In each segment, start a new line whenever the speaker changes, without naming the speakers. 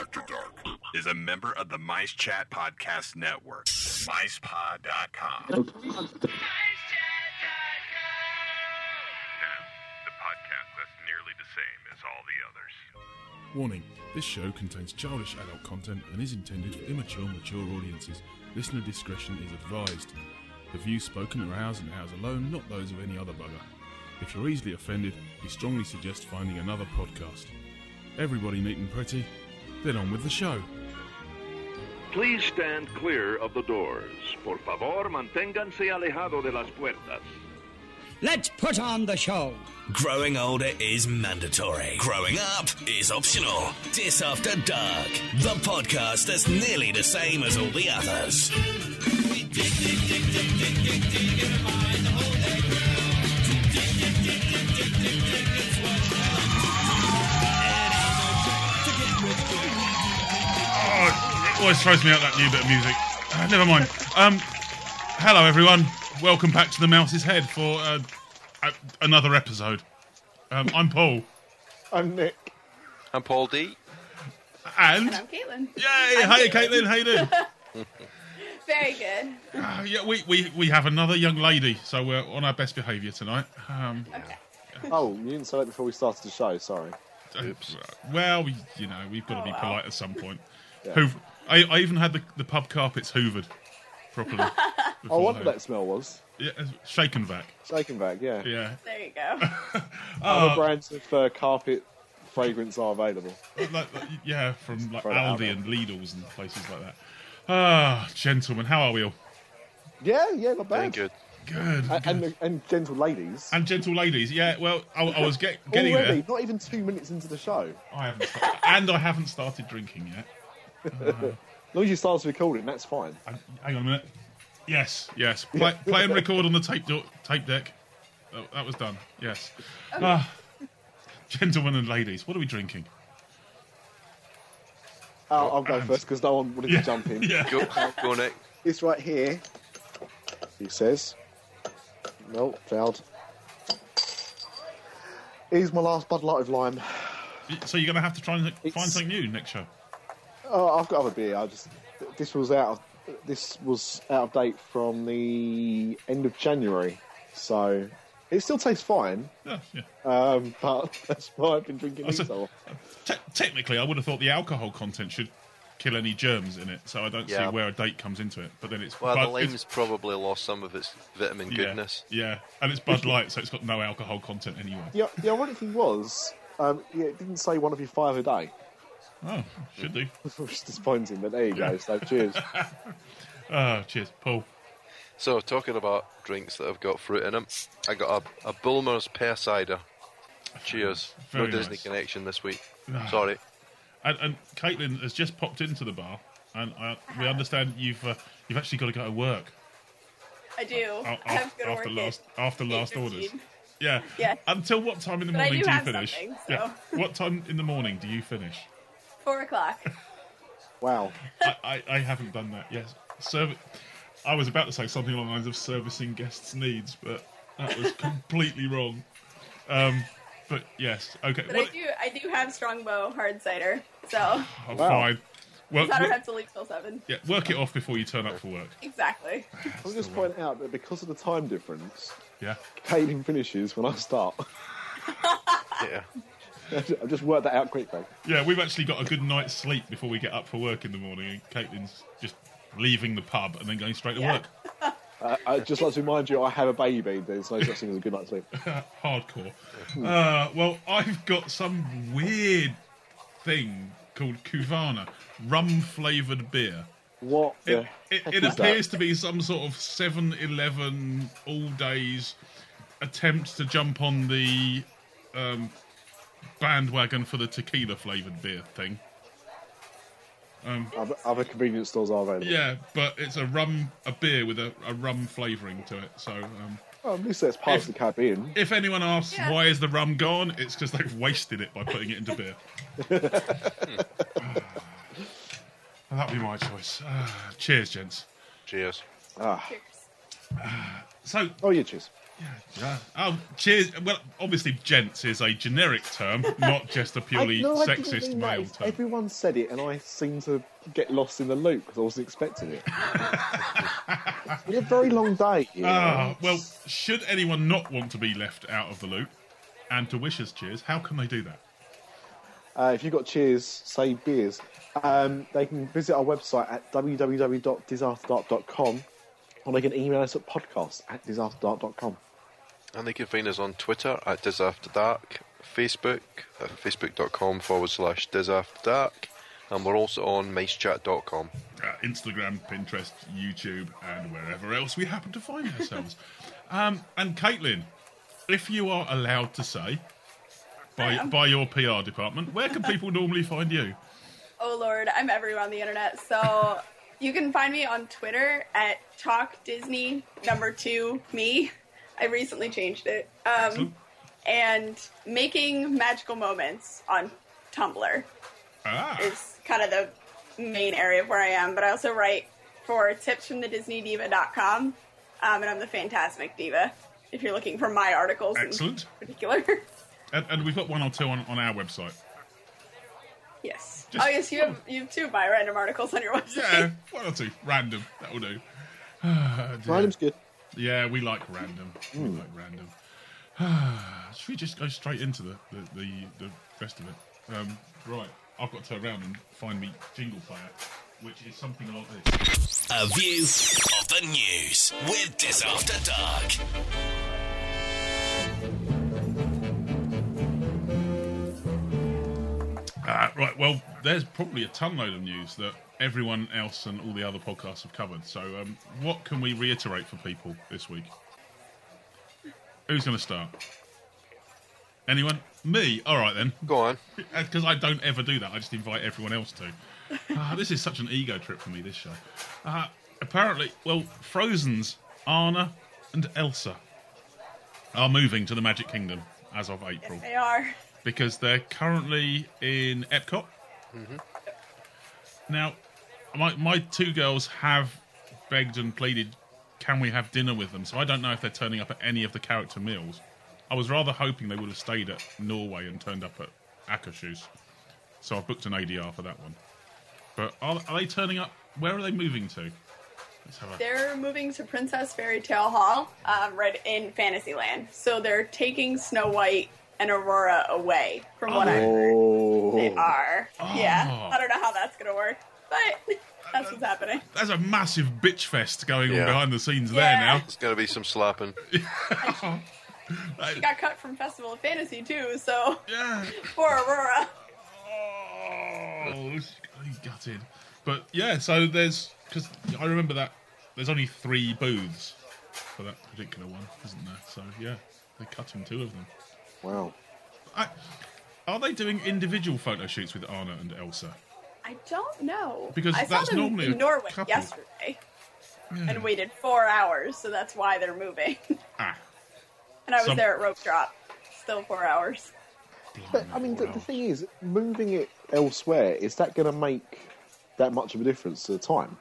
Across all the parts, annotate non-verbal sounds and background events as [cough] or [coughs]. After Dark is a member of the Mice Chat Podcast Network, micepod.com. Now, the podcast that's nearly the same as all the others.
Warning this show contains childish adult content and is intended for immature, mature audiences. Listener discretion is advised. The views spoken are ours and ours alone, not those of any other bugger. If you're easily offended, we strongly suggest finding another podcast. Everybody neat and pretty, then on with the show.
Please stand clear of the doors. Por favor, manténganse alejado de las puertas.
Let's put on the show.
Growing older is mandatory. Growing up is optional. Dis After Dark, the podcast that's nearly the same as all the others.
Oh, it always throws me out that new bit of music. Uh, never mind. Um, hello, everyone. Welcome back to the Mouse's Head for uh, a- another episode. Um, I'm Paul,
I'm Nick.
I'm Paul D.
and
I'm Caitlin.
yay, hey Caitlin, how you doing?
Very good.
Uh, yeah, we, we we have another young lady, so we're on our best behaviour tonight. Um,
Oh, you didn't say that before we started the show. Sorry.
Oops. uh, Well, we, you know, we've got to be polite at some point.
Oh, [laughs] Yeah.
Hoover- I, I even had the, the pub carpets hoovered properly.
[laughs] Oh,
before
what
they-
that smell was?
yeah, uh, shaken back.
Shaken back, yeah.
Yeah. Uh,
There you go.
[laughs]
Other brands of uh, carpet fragrance are available.
like, like, yeah, from like
Throw that out
Aldi
there.
and Lidl's and places like that. Ah, gentlemen, how are we all?
Yeah, yeah, not bad.
Doing good.
Good.
A-
good.
And, and, gentle ladies.
And gentle ladies, yeah. Well, I, I was get, getting
Already,
there.
not even two minutes into the show.
I haven't, sta- and I haven't started drinking yet.
As long as you start us recording, that's fine.
I, hang on a minute. Yes, yes. Play, play and record on the tape do- tape deck. Oh, That, that was done. Yes. Ah, gentlemen and ladies, what are we drinking?
I'll, I'll go
and-
first because no one wanted to
[laughs]
jump in.
Yeah.
Go, [laughs] go Nick.
It's right here. He says. No, failed. Here's my last Bud Light of lime.
So you're going to have to try and find
It's-
something new next show.
Oh, I've got other beer. I just this was out. Of, this was out of date from the end of January, so it still tastes fine.
Yeah, yeah.
Um, [laughs] but that's why I've been drinking
Oh, so-
these. all.
Te- technically, I would have thought the alcohol content should kill any germs in it, so I don't
Yeah.
see where a date comes into it. But then it's
Well,
Bud-
the
it's-
lime's probably lost some of its vitamin
yeah,
goodness.
Yeah, and it's Bud Light, so it's got no alcohol content anyway.
The, the ironic thing was, um, yeah, it didn't say one of you five a day, [laughs]
Oh, should do.
which is disappointing. But there you go. So cheers.
Oh, cheers, Paul.
So, talking about drinks that have got fruit in them, I got a, a Bulmer's pear cider. Cheers.
Very
no Disney
nice.
connection this week.
Ah.
Sorry.
And, and Caitlin has just popped into the bar, and I, we understand you've uh, you've actually got to go to work
I do. [laughs]
a-
I have to
after,
go to work
after last
at
after last
8:15.
orders.
[laughs]
Yeah.
Yes.
Until what time in the
But I
morning
do
you
have
finish?
something,
Yeah.
so.
[laughs] What time in the morning do
[laughs]
you finish?
[laughs] Four o'clock.
Wow.
I, I, I haven't done that yet. Serv- I was about to say something along the lines of servicing guests' needs, but that
[laughs]
was completely wrong. Um, but yes, okay.
But
Well,
I do. I do have Strongbow hard cider, so
[sighs] oh,
Wow.
Fine. Well,
so I don't
wo-
have to leave till seven.
yeah, work it off before you turn up for work.
Exactly.
I'll just point out that because of the time difference,
Yeah.
Caitlin finishes when I start. [laughs]
Yeah.
I've just worked that out quickly.
Yeah, we've actually got a good night's sleep before we get up for work in the morning, and Caitlin's just leaving the pub and then going straight to
Yeah.
work.
Uh, I just like to remind you, I have a baby. There's no such thing as a good night's sleep.
hardcore. Uh, well, I've got some weird thing called Kuvana, rum flavored beer. [laughs]
What?
It,
the
it,
heck
it
is that?
appears to be some sort of 7 Eleven all days attempt to jump on the um, bandwagon for the tequila flavored beer thing.
Other, other convenience stores are available.
Yeah, but it's a rum, a beer with a, a rum flavoring to it. So um,
Oh,
Well, at least that's part
If-
of the Caribbean.
if anyone asks
Yeah.
why is the rum gone, it's because they've wasted it by putting it into beer.
[laughs]
Ah, That'd be my choice. Ah, cheers, gents.
Cheers.
Ah.
Cheers.
So
Oh, yeah, cheers.
Yeah. Oh, cheers. Well, obviously, gents is a generic term, not just a purely
[laughs] I- no, I didn't
sexist
mean that.
male
It's-
term.
Everyone said it, and I seemed to get lost in the loop because I wasn't expecting
[laughs]
it. it's been a very long day. you know.
Ah, well, should anyone not want to be left out of the loop and to wish us cheers, how can they do that?
Uh, if you've got cheers, say beers. Um, they can visit our website at www.disasterdart.com or they can email us at podcast at disasterdart.com.
And they can find us on Twitter at Diz After Dark, Facebook at facebook.com forward slash Diz After Dark, and we're also on micechat.com.
Uh, Instagram, Pinterest, YouTube, and wherever else we happen to find ourselves. um, and Caitlin, if you are allowed to say by by your PR department, where can people normally find you?
Oh lord, I'm everywhere on the internet. So [laughs] you can find me on Twitter at Talk Disney number two me. I recently changed it. Um, and making magical moments on Tumblr
Ah,
is kind of the main area of where I am. But I also write for tips from the DisneyDiva.com, um, and I'm the Fantasmic Diva. If you're looking for my articles
Excellent.
in particular. [laughs]
and, and we've got one or two on, on our website.
Yes.
Just-
oh yes, you have you have two of my random articles on your website.
Yeah, one or two. Random. That will do. [sighs] Ah, dear.
Random's good. Hmm.
Yeah, we like random. We like random. [sighs] Should we just go straight into the the, the, the rest of it? Um, right, I've got to turn around and find me jingle player, which is something like this.
A view of the news with Dis After Dark.
Uh, right, well, there's probably a ton load of news that everyone else and all the other podcasts have covered. So, um, what can we reiterate for people this week? Who's going to start? Anyone? Me? All right then.
Go on.
[laughs] Because Uh, I don't ever do that. I just invite everyone else to. Ah, this is such an ego trip for me, this show. Uh, apparently, well, Frozen's Anna and Elsa are moving to the Magic Kingdom as of April
They are.
because they're currently in Epcot. Now, my, my two girls have begged and pleaded, can we have dinner with them? So I don't know if they're turning up at any of the character meals. I was rather hoping they would have stayed at Norway and turned up at Akershus. So I've booked an ADR for that one. But are, are they turning up? Where are they moving to? Let's have a.
They're moving to Princess Fairy Tale Hall, um, right in Fantasyland. So they're taking Snow White and Aurora away from what I heard. They
Oh,
are.
Oh.
Yeah. I don't know how that's gonna work,
[laughs]
but that's what's happening.
There's a massive bitch fest going
Yeah.
on behind the scenes
Yeah. [laughs]
there now.
It's going to be some slapping.
She got cut from Festival of Fantasy too, so [laughs]
Yeah.
for Aurora.
Oh, he's gutted. But yeah, so there's because I remember that there's only three booths for that particular one, isn't there? So yeah, they're cutting two of them.
wow.
I, are they doing individual photo shoots with Anna and Elsa?
I don't know.
Because
I saw
that's
them
normally a
in Norway
couple.
yesterday and waited four hours, so that's why they're moving. [laughs]
Ah,
And I was
Some-
there at rope drop. Still four hours.
But I mean, the, the thing is, moving it elsewhere, is that going to make that much of a difference to the time?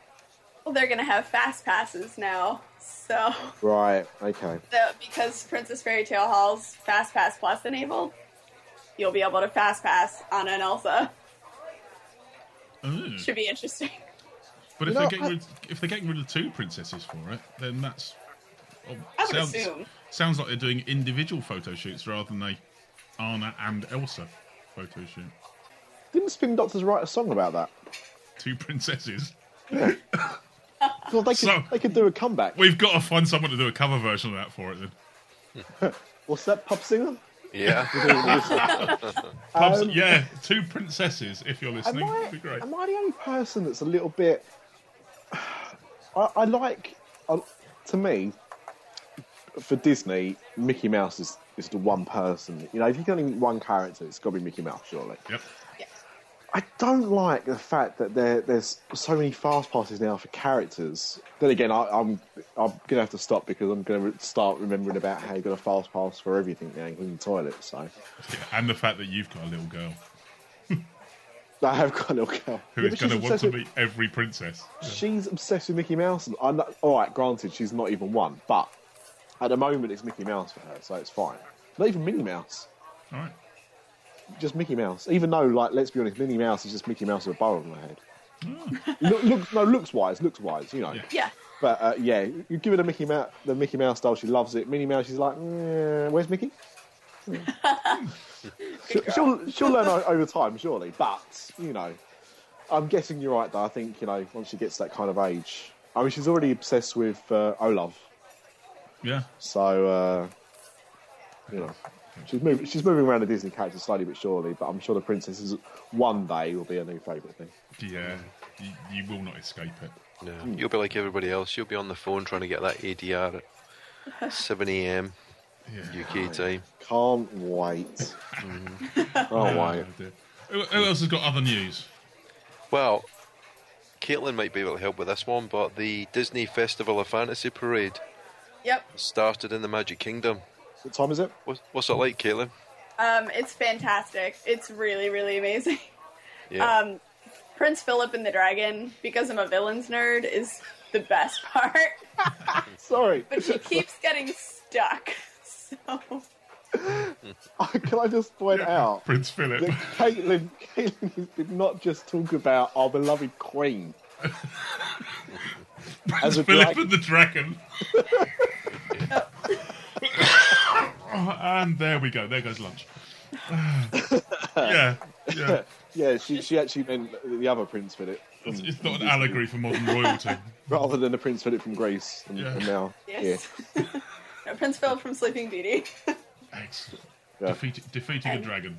Well, they're gonna have fast passes now, so
Right, okay.
the, because Princess Fairy Tale Hall's Fast Pass Plus enabled, you'll be able to fast pass Anna and Elsa.
Ooh.
Should be interesting.
but if
You know,
they're getting
I-
rid, if they're getting rid of two princesses for it, then that's oh,
I would
sounds
assume.
sounds like they're doing individual photo shoots rather than a Anna and Elsa photo shoot.
Didn't Spin Doctors write a song about that?
Two princesses.
Well, they could,
So-
they could do a comeback.
We've got to find someone to do a cover version of that for it then.
What's that, pub singer?
Yeah.
Pubs- yeah, two princesses, if you're
Um, am
listening.
I,
That'd be great.
am I the only person that's a little bit? [sighs] I, I like, I, to me, for Disney, Mickey Mouse is, is the one person. You know, if you can only meet one character, it's got to be Mickey Mouse, surely.
Yep. [laughs]
I don't like the fact that there there's so many fast passes now for characters. Then again, I, I'm I'm gonna have to stop because I'm gonna re- start remembering about how you got a fast pass for everything now, including the toilet. So
Yeah, and the fact that you've got a little girl
I have got a little girl
who
Yeah,
is going to
but she's
want
obsessed
to
with-
meet every princess.
She's obsessed with Mickey Mouse. And I'm not, all right, granted, she's not even one, but
At the moment, it's Mickey Mouse for her, so it's fine. Not even Minnie Mouse,
All right.
just Mickey Mouse. Even though, like, let's be honest, Minnie Mouse is just Mickey Mouse with a bow on her head. look, look, no, looks wise, looks wise, you know.
Yeah.
But uh, yeah, you give her the Mickey Mouse, the Mickey Mouse doll. She loves it. Minnie Mouse, she's like, "Mm, where's Mickey? she'll, she'll she'll learn o- over time, surely. But you know, I'm guessing you're right. Though I think you know once she gets to that kind of age, I mean, she's already obsessed with uh, Olaf.
Yeah.
So uh, you know, she's moving she's moving around the Disney characters slowly but surely. But I'm sure the princesses one day will be her new favourite thing.
Yeah. You, you will not escape it.
Yeah. You'll be like everybody else. You'll be on the phone trying to get that ADR
[laughs]
at 7 a.m.
Yeah.
UK time.
Can't wait.
[laughs]
Can't wait.
Oh, dear. Who, who else has got other news?
Well, Caitlin might be able to help with this one, but the Disney Festival of Fantasy Parade
Yep.
started in the Magic Kingdom.
What time is it?
What's, what's it like, Caitlin?
Um, it's fantastic. It's really, really amazing. [laughs]
Yeah.
Um, Prince Philip and the Dragon, because I'm a villains nerd, is the best [laughs] part.
Sorry.
But she keeps getting stuck. So
Can [laughs] I just point out
Prince Philip.
that Caitlin, Caitlin [laughs] did not just talk about our beloved Queen. as a
Philip
drag-
and the Dragon. Oh, [laughs] and there we go. There goes lunch. [sighs] yeah. Yeah.
Yeah, she, she actually meant the other Prince Philip,
It's, it's not an allegory for modern royalty.
[laughs] rather than the Prince Philip from Greece. And,
Yeah.
and now, yeah.
yes, [laughs] No, Prince Philip from Sleeping Beauty.
Excellent.
Yeah.
Defeat, defeating a dragon.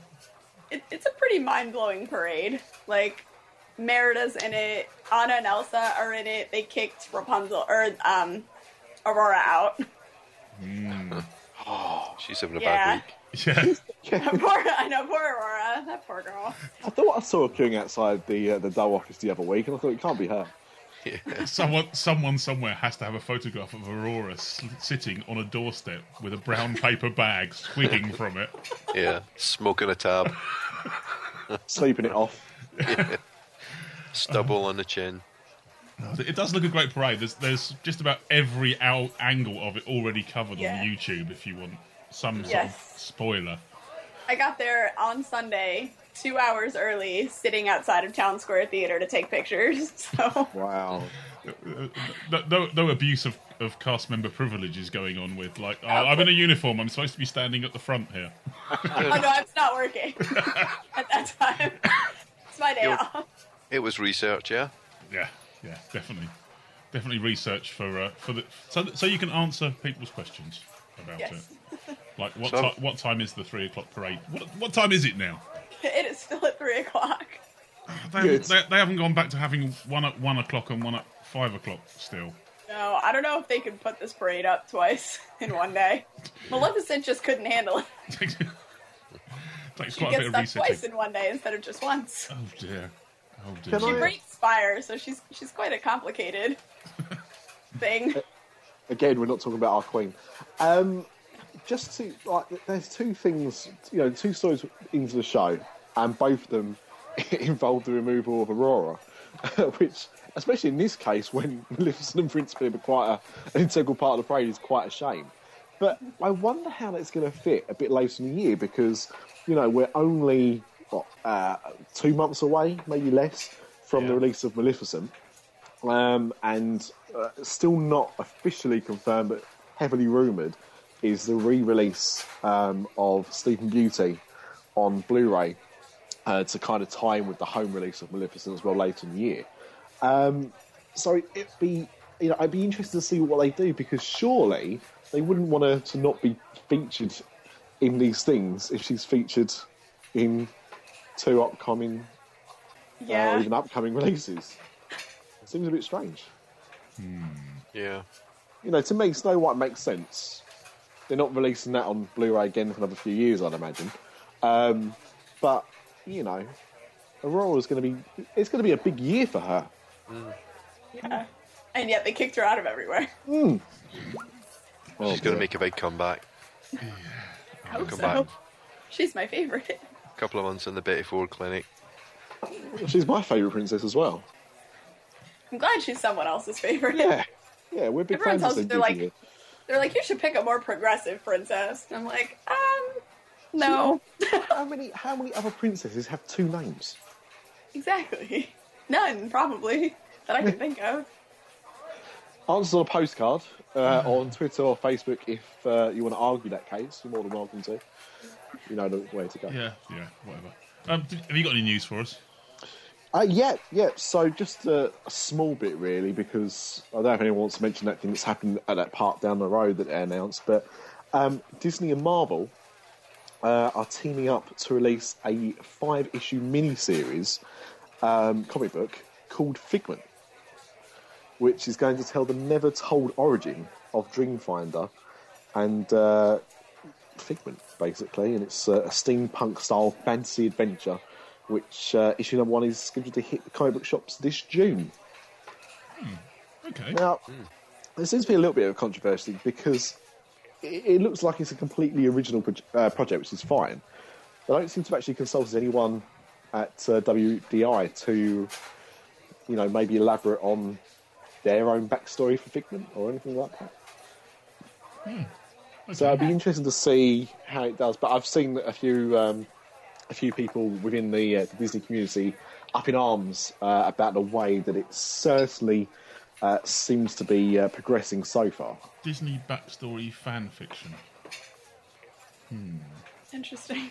It, it's a pretty mind blowing parade. Like Merida's in it. Anna and Elsa are in it. They kicked Rapunzel or um, Aurora
[laughs]
out. [laughs]
She's having a
yeah.
bad week.
Yeah.
poor, I know, poor Aurora. That poor girl.
I thought I saw her queuing outside the uh, the Dow office the other week, and I thought it can't be her.
Someone, someone somewhere has to have a photograph of Aurora s- sitting on a doorstep with a brown paper bag swigging from it.
[laughs]
Yeah. Smoking a tab,
Sleeping it off.
stubble on the chin.
It does look a great parade. There's, there's just about every out angle of it already covered
Yeah.
on YouTube if you want some sort
Yes.
of spoiler.
I got there on Sunday, two hours early, sitting outside of Town Square Theater to take pictures. [laughs] So
Wow.
No, no, no abuse of, of cast member privilege is going on with, like, oh, I'm in a uniform, I'm supposed to be standing at the front here.
oh no, [laughs] I was not working at that time. It's my day
You're-
off.
It was research, yeah?
Yeah, yeah, definitely. Definitely research for uh, for the so that- so you can answer people's questions about
Yes.
it. Like what
So-
ti- what time is the three o'clock parade? What what time is it now?
[laughs] It is still at three o'clock.
They,
Good.
haven't, they, they haven't gone back to having one at one o'clock and one at five o'clock still.
No, I don't know if they could put this parade up twice [laughs] in one day. Maleficent just couldn't handle it.
Takes takes
She
quite a bit
gets
of
stuck twice
resetting.
in one day instead of just once.
Oh dear. Oh dear.
Can I-
Breathes fire, so she's she's quite a complicated thing.
Again, we're not talking about our Queen. Um, just to like, there's two things, you know, two stories [laughs] into the show, and both of them involve the removal of Aurora, which, especially in this case, when [laughs] Maleficent and Prince Philip are quite uh, a, an integral part of the parade, is quite a shame. But I wonder how that's going to fit a bit later in the year because, you know, we're only what, uh, two months away, maybe less, from the
Yeah.
release of Maleficent, um, and uh, still not officially confirmed, but heavily rumoured, is the re-release um, of Sleeping Beauty on Blu-ray uh, to kind of tie in with the home release of Maleficent as well later in the year. Um, so it, it'd be, you know, I'd be interested to see what they do because surely they wouldn't want her to not be featured in these things if she's featured in two upcoming or
Yeah.
even upcoming releases. Seems a bit strange.
Yeah.
You know, to me, Snow White makes sense. They're not releasing that on Blu-ray again for another few years, I'd imagine. Um, but you know, Aurora's going to be—it's going to be a big year for her.
And yet they kicked her out of everywhere.
Oh,
She's going
dear.
to make a big comeback.
I hope
Come
so.
back.
She's my favorite.
A couple of months in the Betty Ford clinic.
She's my favourite princess as well.
I'm glad she's someone else's favorite.
Yeah, yeah, we're big
Everyone
fans
tells
of
you
Sleeping
they're like,
Beauty They're like, you should pick a more progressive princess. And I'm like, um, [laughs] no,
How many how many other princesses have two names?
exactly, none probably that I can think of.
Answers on a postcard uh, or on Twitter or Facebook if uh, you want to argue that case. You're more than welcome to. You know the way to go.
Yeah, yeah, whatever. Um, did, have you got any news for us?
Uh, yeah, yeah. So just a, a small bit, really, because I don't know if anyone wants to mention that thing that's happened at that park down the road that they announced, but um, Disney and Marvel uh, are teaming up to release a five-issue mini-series um, comic book called Figment, which is going to tell the never-told origin of Dreamfinder and uh, Figment, basically, and it's uh, a steampunk style fantasy adventure, which uh, issue number one is scheduled to hit the comic book shops this June.
Okay.
Now, there seems to be a little bit of controversy because it, it looks like it's a completely original proj- uh, project, which is fine. They don't seem to have actually consulted anyone at uh, WDI to, you know, maybe elaborate on their own backstory for Figment or anything like that. So it'd be interesting to see how it does. But I've seen a few um, a few people within the, uh, the Disney community up in arms uh, about the way that it certainly uh, seems to be uh, progressing so far.
Disney backstory fan fiction.
Interesting.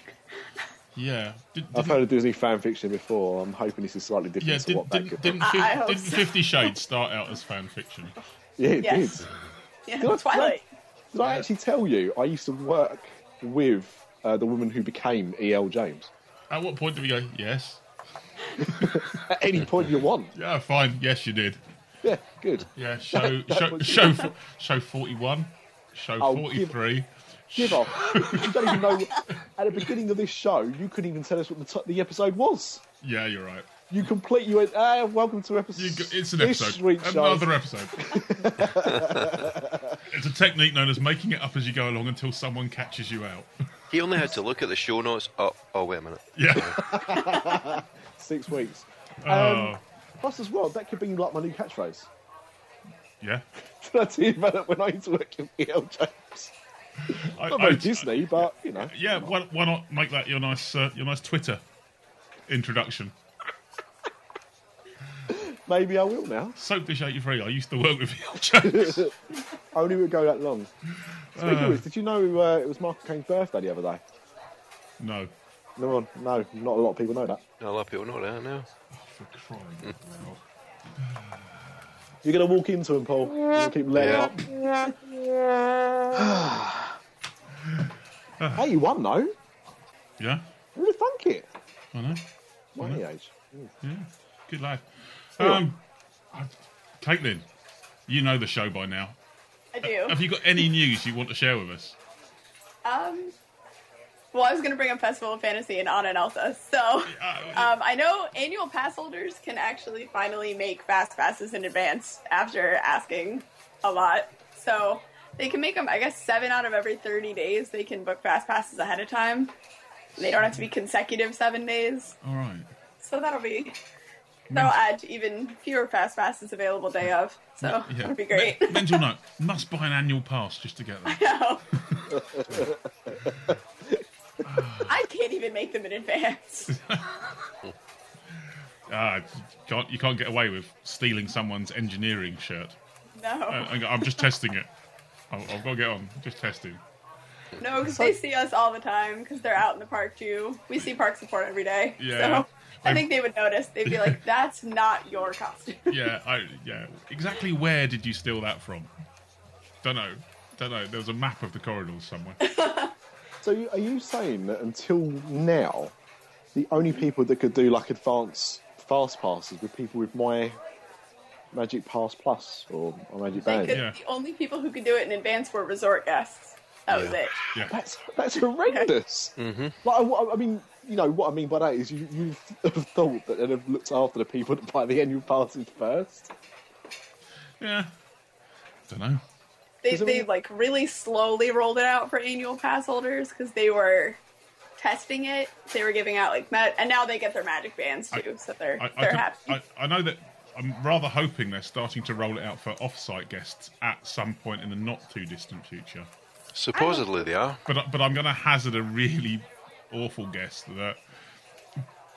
Yeah. Did,
[laughs] I've
did,
heard of Disney fan fiction before. I'm hoping this is slightly different
yeah,
to
did,
what that could
did, didn't,
I-
fif-
I hope
didn't
so.
[laughs]
Fifty Shades start out as fan fiction?
Yeah, it
Yes.
did.
[laughs] Yeah,
Did I-
Twilight.
Did I actually tell you I used to work with uh, the woman who became E.L. James?
At what point do we go, yes?
At any point you want.
Yeah, fine. Yes, you did.
Yeah, good.
Yeah,
[laughs]
show show
was-
show, fo- show forty one, show
Oh,
forty
give-
three.
Give off. you don't even know. At the beginning of this show, you couldn't even tell us what the, t- the episode was.
Yeah, you're right.
You complete. You went. Ah, welcome to episode.
You go, it's an
this
episode.
week's show."
Another
[laughs]
episode. it's a technique known as making it up as you go along until someone catches you out. [laughs]
He only had to look at the show notes. Oh, oh wait a minute.
Yeah.
Six weeks.
Oh,
Plus, as well, that could be like my new catchphrase. [laughs]
yeah.
Did I tell you about it when I used to work with E.L. James?
I,
Not
I-
very Disney, but you know.
yeah. Why, why not make that your nice uh, your nice Twitter introduction?
Maybe I will now.
Soap dish eighty three. I used to work with [laughs] you.
[laughs] Only would go that long. Speaking of which, did you know uh, it was Michael Caine's birthday the other day?
no.
No one, no, not a lot of people know that.
No, a lot of people know that now.
For crying out loud.
You're gonna walk into him, Paul. You're gonna keep letting
Yeah.
up. hey, you won though.
Yeah.
Who'd have thunk it?
I know.
My age.
Good lad. Um, I- Caitlin, you know the show by now.
I do.
Have you got any news you want to share with us?
Um, well, I was going to bring up Festival of Fantasy and Anna and Elsa. So
Uh,
um, I know annual pass holders can actually finally make fast passes in advance after asking a lot. So they can make them, I guess, seven out of every 30 days. They can book fast passes ahead of time. They don't have to be consecutive seven days.
all right.
So that'll be. That'll add to even fewer fast passes available day of. So
Yeah.
that'd be great.
Men- Mental note: must buy an annual pass just to get there.
No. I can't even make them in advance.
Ah, you can't you can't get away with stealing someone's engineering shirt. [laughs]
No,
I, am just testing it. I, I've got to get on. Just testing.
no, because they see us all the time because they're out in the park too. We see park support every day.
Yeah.
So I think they would notice. They'd be like, "That's not your costume." [laughs]
Yeah. I, yeah. Exactly where did you steal that from? Don't know. Don't know. There was a map of the corridors somewhere.
So, you, are you saying that until now, the only people that could do like advanced fast passes were people with my Magic Pass Plus or my Magic
They
Band?
could,
Yeah.
The only people who could do it in advance were resort guests. That was it.
Yeah.
That's that's horrendous. Like, I, what- I mean, you know what I mean by that is you you have thought that they'd have looked after the people that buy the annual passes first.
Yeah. Don't know.
They
Is it-
they like really slowly rolled it out for annual pass holders because they were testing it. They were giving out like ma- and now they get their magic bands too, so they're
I, I,
they're
can-
happy.
I, I know that I'm rather hoping they're starting to roll it out for off-site guests at some point in the not too distant future.
Supposedly they are.
But I- but I'm going to hazard a really awful guess that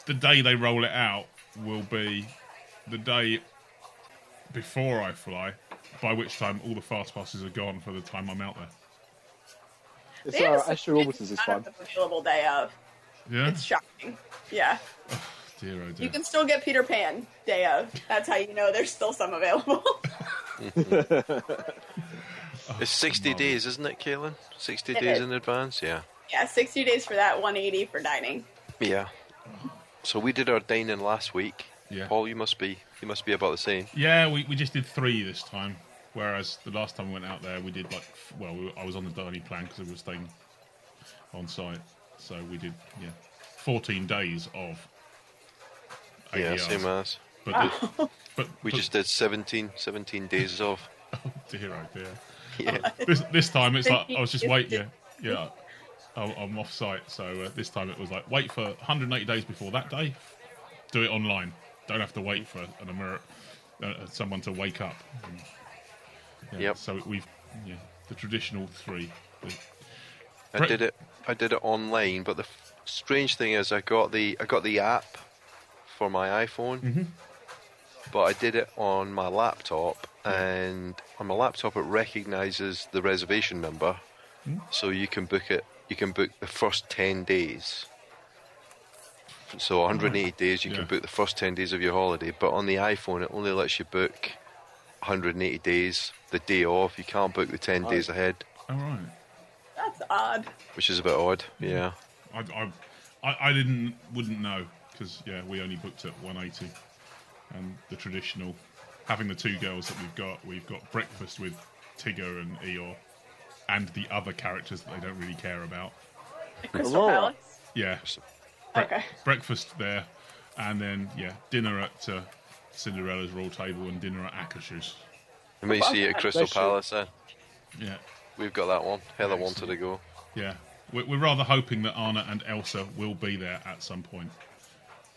the day they roll it out will be the day before I fly, by which time all the fast passes are gone for the time I'm out there.
It's
They have
uh,
a
Astro Orbiters
significant
is
amount
fun.
of them Available day of.
Yeah,
It's shocking. Yeah.
dear oh dear.
You can still get Peter Pan day of. That's how you know there's still some available. [laughs]
Oh,
It's 60 days, isn't it, Caitlin? 60
It
days
is.
in advance, yeah.
yeah, 60 days for that, 180 for dining.
Yeah. So we did our dining last week.
Yeah.
Paul, you must be you must be about the same.
Yeah, we, we just did three this time, whereas the last time we went out there, we did like f- well, we, were- I was on the dining plan because we were staying on site, so we did yeah, fourteen days of
Yeah,
ADRs.
same as.
But the- but
We
but-
just did 17, 17 days off.
oh dear, oh dear.
[laughs] Yeah.
This this time it's like I was just waiting. Yeah, yeah. I'm, I'm off site, so uh, this time it was like wait for 180 days before that day. Do it online. Don't have to wait for an Ameri- uh, uh, someone to wake up. And, yeah,
Yep.
So we've yeah the traditional three. The-
I
Right.
did it. I did it online, but the f- strange thing is, I got the I got the app for my iPhone,
Mm-hmm.
but I did it on my laptop, and on my laptop it recognises the reservation number,
Mm.
so you can book it. You can book the first ten days. So 180 days, you
Yeah.
can book the first 10 days of your holiday, but on the iPhone, it only lets you book 180 days the day off. You can't book the 10 days ahead,
All right.
That's odd.
which is a bit odd.
Mm.
Yeah.
I I, I, I didn't wouldn't know because yeah we only booked at 180, and the traditional having the two girls that we've got we've got breakfast with Tigger and Eeyore, and the other characters that they don't really care about.
At Crystal
Aurora.
Palace.
Yeah, bre-
Okay.
breakfast there, and then yeah dinner at uh, Cinderella's Royal Table and dinner at Akashu's.
And we see it at Crystal
Bless you.
Palace. Eh?
Yeah,
We've got that one. Heather wanted to go.
yeah. We're, we're rather hoping that Anna and Elsa will be there at some point.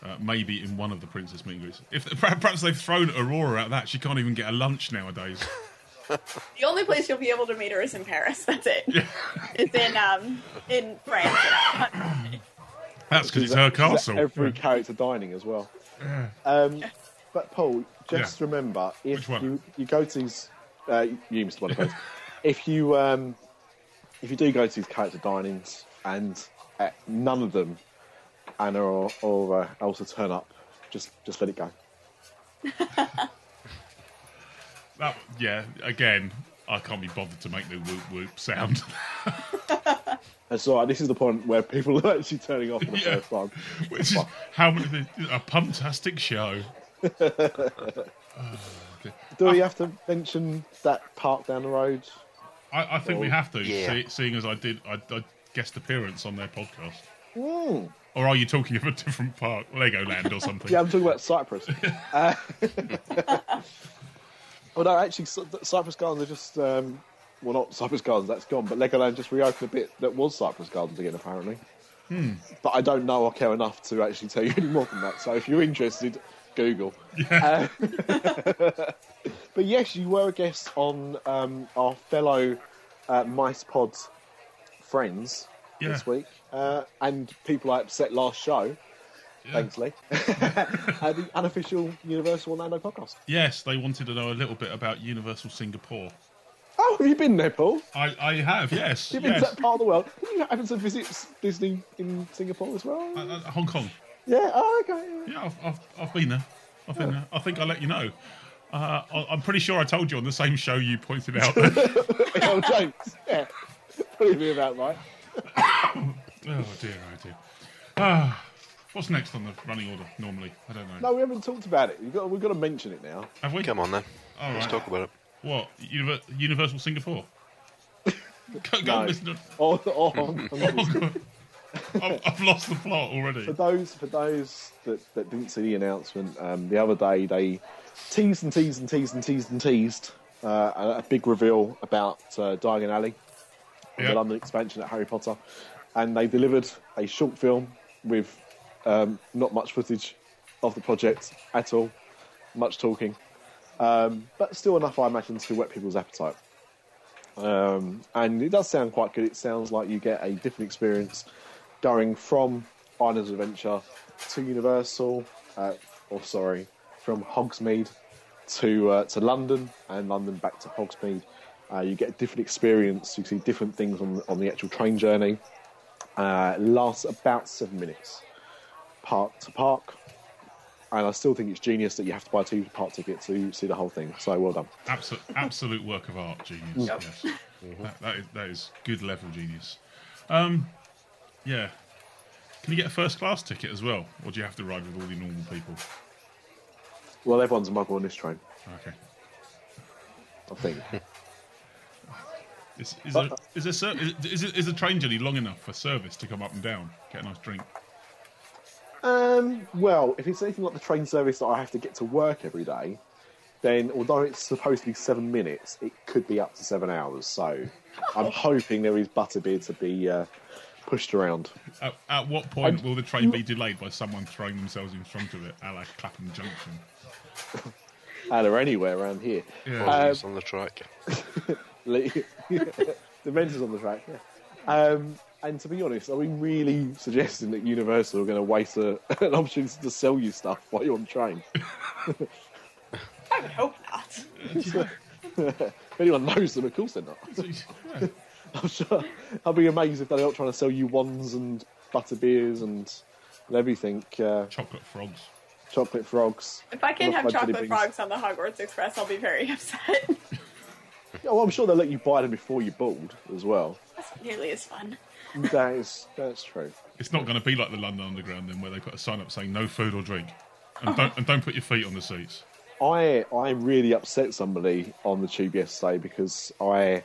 Uh, maybe in one of the princess meet and greets. If [laughs] perhaps they've thrown Aurora at that, she can't even get a lunch nowadays. [laughs]
The only place you'll be able to meet her is in Paris. That's it. it's in um in France.
That's because it's her
She's at
castle.
Every
Yeah.
character dining as well. Um, but Paul, just
Yeah.
remember
Which
if
one?
you, you go to these, uh, you missed one of those.
[laughs]
if you um, if you do go to these character dinings and uh, none of them Anna or, or uh, Elsa turn up, just just let it go.
That, yeah, again, I can't be bothered to make the whoop whoop sound.
And so uh, this is the point where people [laughs] are actually turning off for the
[laughs] Yeah.
first time.
Which is how many a puntastic show. Oh, okay.
Do we have to mention that park down the road?
I, I think
Oh,
we have to,
yeah.
see, seeing as I did, I, I guest appearance on their podcast.
Hmm.
Or are you talking of a different park, Legoland or something?
Yeah, I'm talking about Cyprus. uh, [laughs] well, no, actually, Cy- Cyprus Gardens are just. Um, well, not Cypress Gardens, that's gone, but Legoland just reopened a bit that was Cypress Gardens again, apparently. But I don't know or care enough to actually tell you [laughs] any more than that, so if you're interested, Google. Uh, [laughs] but yes, you were a guest on um, our fellow uh, Mice Pod friends
Yeah.
this week, uh, and people I upset last show thanks, [laughs] Lee. uh, the unofficial Universal Orlando podcast.
Yes, they wanted to know a little bit about Universal Singapore.
Oh, have you been there, Paul?
I, I have, yes.
You've been
yes.
to that part of the world. Didn't you happen to visit S- Disney in Singapore as well?
Uh, uh, Hong Kong.
yeah. Oh, okay. yeah.
Yeah, I've, I've, I've been there. I've been there. I think I let you know. Uh, I- I'm pretty sure I told you on the same show you pointed
[laughs]
out. oh
Big old jokes. Yeah. Probably be
[coughs]
about right.
dear, oh dear. Ah, what's next on the running order? Normally, I don't know.
No, Oh, we haven't talked about it. We've got, we've got to mention it now.
Have we?
Come on then.
All
Let's
right.
talk about it.
What Univer- Universal Singapore? go, go
No.
listen to. Oh,
Or, or
[laughs]
Hong Kong.
I've, I've lost the plot already.
for those for those that, that didn't see the announcement um, the other day, they teased and teased and teased and teased and teased uh, a, a big reveal about uh, Diagon Alley, and
Yeah.
the London expansion at Harry Potter, and they delivered a short film with um, not much footage of the project at all. much talking, um, but still enough, I imagine, to whet people's appetite. Um, and it does sound quite good. It sounds like you get a different experience going from Islands of Adventure to Universal, uh, or sorry, from Hogsmeade to uh, to London and London back to Hogsmeade. Uh, you get a different experience. You see different things on on the actual train journey. Uh, it lasts about seven minutes, park to park. And I still think it's genius that you have to buy a two park ticket to see the whole thing. So well done.
Absolute, absolute work of art, genius. Yes, that, that, is, that is good level genius. Um, yeah. Can you get a first class ticket as well, or do you have to ride with all the normal people?
Well, everyone's a muggle on this train,
Okay.
I think.
Is is there, is, there ser- is, is, is the train journey long enough for service to come up and down, get a nice drink?
Um, well, if it's anything like the train service that I have to get to work every day, then although it's supposed to be seven minutes, it could be up to seven hours. So
[laughs]
I'm hoping there is butterbeer to be uh, pushed around.
At, at what point will the train be delayed by someone throwing themselves in front of it, a la Clapham
[laughs]
Junction?
And or anywhere around here.
Yeah. [laughs]
Um,
It's on the track.
Like- [laughs] the mentors on the track. Yeah. Um, and to be honest, are we really suggesting that Universal are going to waste a, [laughs] an opportunity to sell you stuff while you're on the train? [laughs]
I would hope not.
If anyone knows them, of course they're not.
Yeah.
I'm sure I'll be amazed if they're not trying to sell you wands and butter beers and everything, uh,
Chocolate frogs.
chocolate frogs.
If I
Little
can't have
fudgy
chocolate
beans.
frogs on the Hogwarts Express, I'll be very [laughs] upset.
Oh, I'm sure they'll let you buy them before you board as well.
That's not nearly as fun.
That is that's true.
It's not going to be like the London Underground then, where they've got a sign up saying no food or drink, and don't and don't put your feet on the seats.
I I really upset somebody on the tube yesterday because I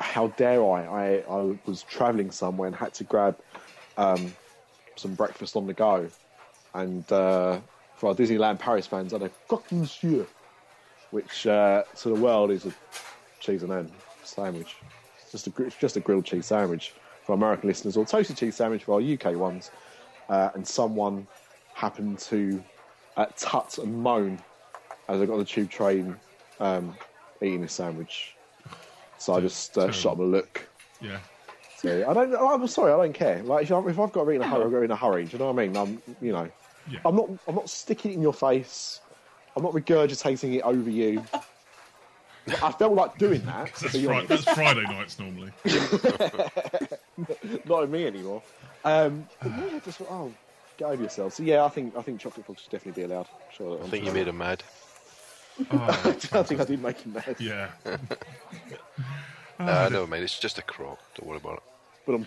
how dare I I, I was travelling somewhere and had to grab um, some breakfast on the go, and uh, for our Disneyland Paris fans, I had a croque monsieur, which uh, to the world is a cheese and ham sandwich. It's just a gr- it's just a grilled cheese sandwich for American listeners, or toasted cheese sandwich for our UK ones. Uh, and someone happened to uh, tut and moan as I got on the tube train um, eating a sandwich. So I just uh,
Terrible.
shot him a look.
Yeah.
So I don't. I'm sorry. I don't care. Like if, I, if I've got to be in a hurry, I've got to be in a hurry. Do you know what I mean? I'm, you know,
Yeah.
I'm not. I'm not sticking it in your face. I'm not regurgitating it over you. I felt like doing
[laughs]
that. to
That's,
be
Fri-
honest.
that's Friday nights normally.
not in me anymore. Um, but yeah, just oh, get over yourself. So yeah, I think I think chocolate frogs should definitely be allowed. Sure,
I think you made him mad.
Oh,
[laughs] I think I did make him mad.
yeah.
Nah, Uh, never mind. It's just a crock. Don't worry about it.
But I'm.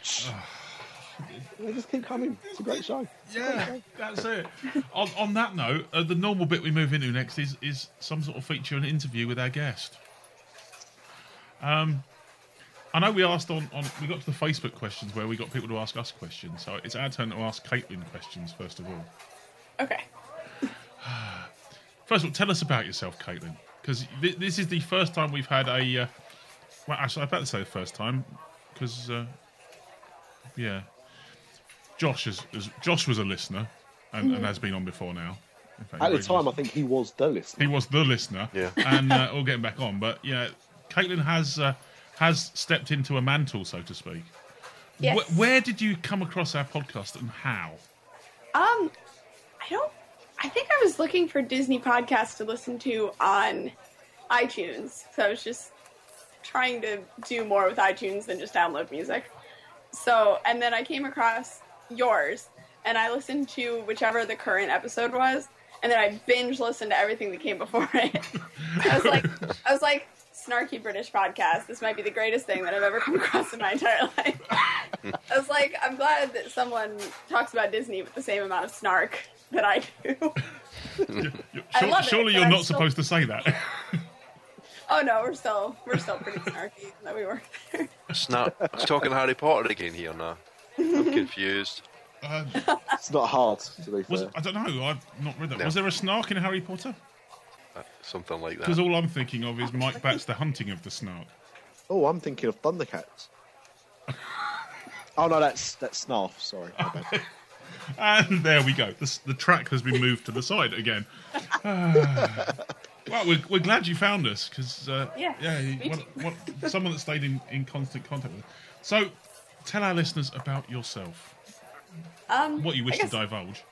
[sighs] they just keep coming. It's a great show.
Yeah, that's it. on, on that note, uh, the normal bit we move into next is is some sort of feature and interview with our guest. Um, I know we asked on, on we got to the Facebook questions where we got people to ask us questions, so it's our turn to ask Caitlin questions first of all.
Okay.
First of all, tell us about yourself, Caitlin, because th- this is the first time we've had a. Uh, well, actually, I'm about to say the first time, because uh, yeah, Josh is, is Josh was a listener and, and has been on before now. In fact,
At the
he's a
time, I
regular
think he was the listener.
he was the listener.
Yeah.
[laughs] And uh, all getting back on, but yeah, Caitlin has uh, has stepped into a mantle, so to speak.
Yes.
Wh- where did you come across our podcast and how?
Um, I don't. I think I was looking for Disney podcasts to listen to on iTunes. So I was just trying to do more with iTunes than just download music. So, and then I came across yours, and I listened to whichever the current episode was, and then I binge listened to everything that came before it. I was like, I was like, snarky British podcast. This might be the greatest thing that I've ever come across in my entire life. I was like, I'm glad that someone talks about Disney with the same amount of snark that I do.
You-
I
sur-
love it,
surely
but
you're
I'm
not
still-
supposed to say that. [laughs]
oh no, we're still we're still pretty snarky even though we were there.
Snap. It's talking Harry Potter again here now. I'm confused.
Uh,
It's not hard to be
was,
fair.
I don't know. I've not read that.
No.
Was there a snark in Harry Potter?
Something like
Because
that.
all I'm thinking of is Mike Batts, the hunting of the snark.
Oh, I'm thinking of [laughs]
[laughs]
Thundercats. oh no, that's that's Snarf. Sorry. My bad.
And there we go. The, s- the track has been moved to the side again. Ah. well, we're, we're glad you found us because uh,
Yeah, me
what, what, someone that stayed in, in constant contact with. us. So, tell our listeners about yourself.
Um,
What you wish
I guess,
to divulge.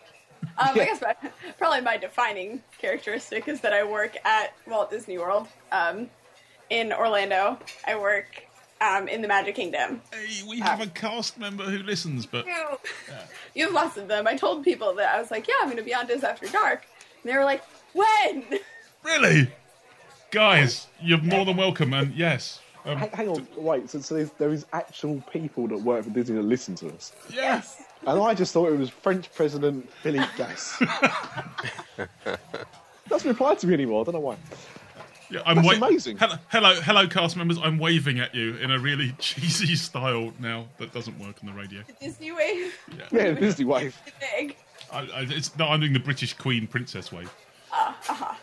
Um, I guess my, probably my defining characteristic is that I work at Walt Disney World um, in Orlando. I work um, in the Magic Kingdom.
Hey,
Ah.
we have a cast member who listens, but
You have lots of them. I told people that I was like, yeah, I'm going to be on Diz After Dark. And they were like, when? [laughs]
really, guys, you're more than welcome. And yes, um,
Hang, hang on, wait. So, so there's, there is actual people that work for Disney that listen to us,
yes.
and I just thought it was French President Philippe Gas. Doesn't reply to me anymore. I don't know why.
Yeah, I'm
That's
wa-
amazing.
Hello, hello, hello, cast members. I'm waving at you in a really [laughs] cheesy style now that doesn't work on the radio.
Disney wave. [laughs]
Yeah, Disney wave.
Big.
I, I, it's, no, I'm doing the British Queen Princess wave.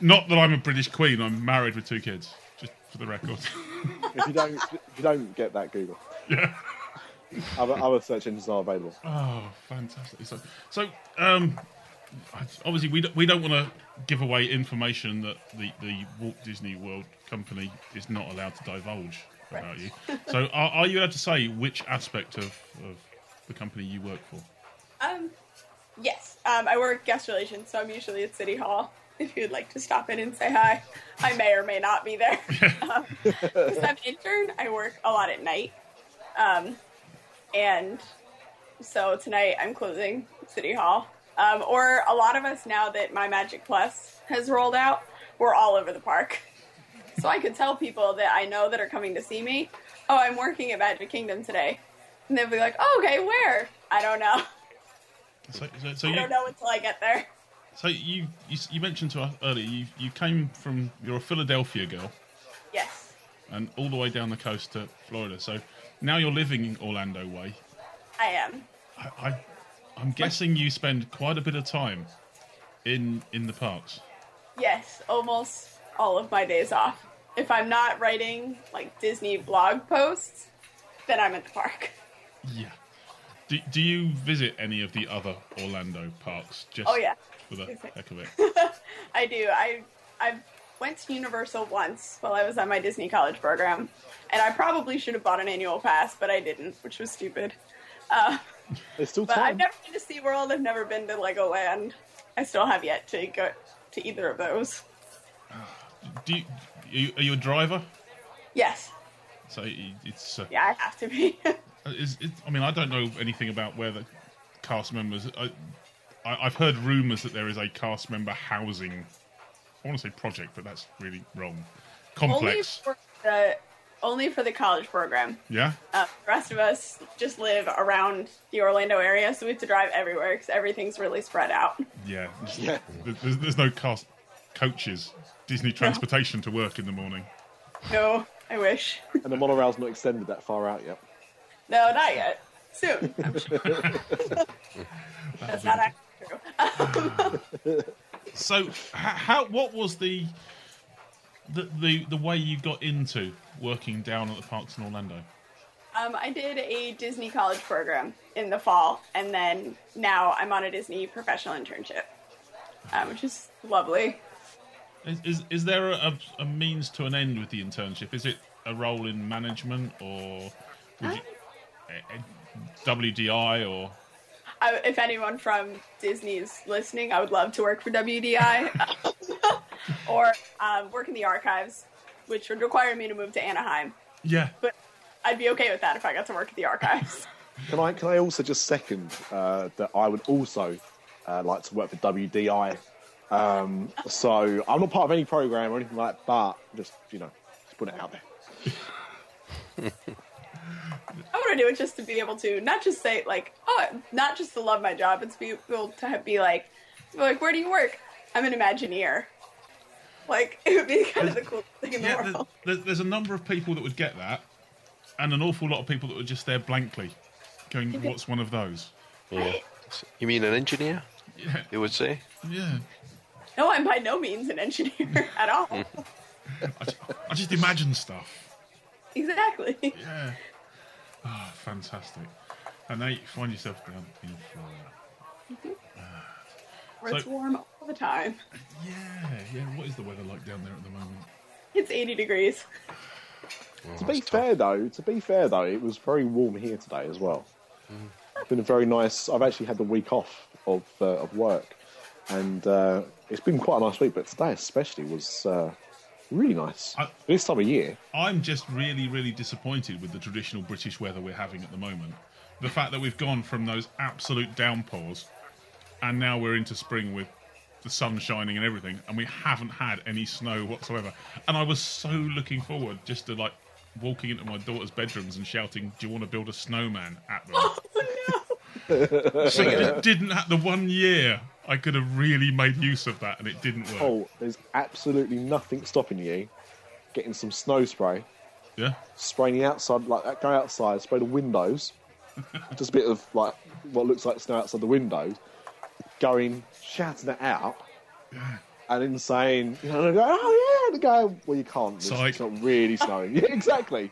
Not that I'm a British Queen. I'm married with two kids. Just for the record. [laughs]
If you don't, if you don't get that, Google. Yeah. Other, other search engines are available.
oh, fantastic. So, so um, I- obviously we don't, we don't want to give away information that the the Walt Disney World Company is not allowed to divulge about you. So, are, are you allowed to say which aspect of, of the company you work for?
Um, yes, um, I work guest relations, so I'm usually at City Hall. If you'd like to stop in and say hi, I may or may not be there. Um, 'cause I'm an intern, I work a lot at night. Um, and so tonight I'm closing City Hall. Um, or a lot of us now that My Magic Plus has rolled out, we're all over the park. So I could tell people that I know that are coming to see me, oh, I'm working at Magic Kingdom today. And they'll be like, oh, okay, where? I don't know.
So, so, so
I
you,
don't know until I get there.
So you, you you mentioned to us earlier you you came from you're a Philadelphia girl
Yes.
and all the way down the coast to Florida. So now you're living in Orlando way.
I am.
I, I I'm guessing you spend quite a bit of time in in the parks.
Yes, almost all of my days off. If I'm not writing like Disney blog posts, then I'm at the park. [laughs]
Yeah. Do, do you visit any of the other Orlando parks? Just
Oh, yeah.
for the
Visit.
heck of it. [laughs]
I do. I I went to Universal once while I was on my Disney college program, and I probably should have bought an annual pass, but I didn't, which was stupid. Uh,
There's still
but I've
time.
never been to SeaWorld. I've never been to Legoland. I still have yet to go to either of those.
Do you, are you are you a driver?
Yes.
So it's uh,
Yeah, I have to be. [laughs]
Is, is, I mean, I don't know anything about where the cast members. I, I, I've heard rumours that there is a cast member housing. I want to say project, but that's really wrong.
only
Complex.
for the only for the college program.
Yeah.
Uh, the rest of us just live around the Orlando area, so we have to drive everywhere because everything's really spread out.
Yeah. Just-
Yeah.
there- There's, there's no cast coaches, Disney transportation to work in the morning.
No, I wish.
And the monorail's not extended that far out yet.
No, not yet. Soon. I'm sure. That's not actually true.
So, h- how? What was the the, the the way you got into working down at the parks in Orlando?
Um, I did a Disney college program in the fall, and then now I'm on a Disney professional internship, um, which is lovely.
Is, is, is there a, a means to an end with the internship? Is it a role in management or would you, eh, eh, WDI or
I, if anyone from Disney is listening, I would love to work for WDI or um, work in the archives, which would require me to move to Anaheim.
yeah?
But I'd be okay with that if I got to work at the archives. [laughs]
Can I? Can I also just second uh, that I would also uh, like to work for WDI. Um, so I'm not part of any program or anything like that, but just you know, just put it out there.
I want to do it just to be able to not just say like, oh, not just to love my job, it's be able to have- be like, to be like, where do you work? I'm an Imagineer. Like [laughs] it would be kind of the coolest thing in
[laughs]
the
Yeah, [laughs]
world.
there- there's, there's a number of people that would get that, and an awful lot of people that were just there blankly, going, "What's one of those?"
Yeah. You mean an engineer?
Yeah,
They would say.
yeah.
No, I'm by no means an engineer [laughs] at all.
I, ju- I just imagine stuff.
exactly.
Yeah. Ah, fantastic. And now you find yourself down in Florida.
where it's
So-
warm all the time.
Yeah, yeah. What is the weather like down there at the moment?
It's 80 degrees.
to be fair though, to be fair though, it was very warm here today as well. It's been a very nice. I've actually had the week off of uh, of work, and uh, it's been quite a nice week. But today especially was uh, really nice.
I-
this time of year,
I'm just really, really disappointed with the traditional British weather we're having at the moment. The fact that we've gone from those absolute downpours and now we're into spring with the sun shining and everything, and we haven't had any snow whatsoever. And I was so looking forward just to like walking into my daughter's bedrooms and shouting, Do you want to build a snowman at them?
Sing it.
It didn't have the one year I could have really made use of that, and it didn't work.
oh, there's absolutely nothing stopping you getting some snow spray,
Yeah.
spraying the outside like go outside, spray the windows, [laughs] just a bit of like what looks like snow outside the windows, going shouting it out, and then saying you know go, oh yeah, and go well you can't, it's,
Psych.
it's not really snowing. [laughs] yeah, exactly,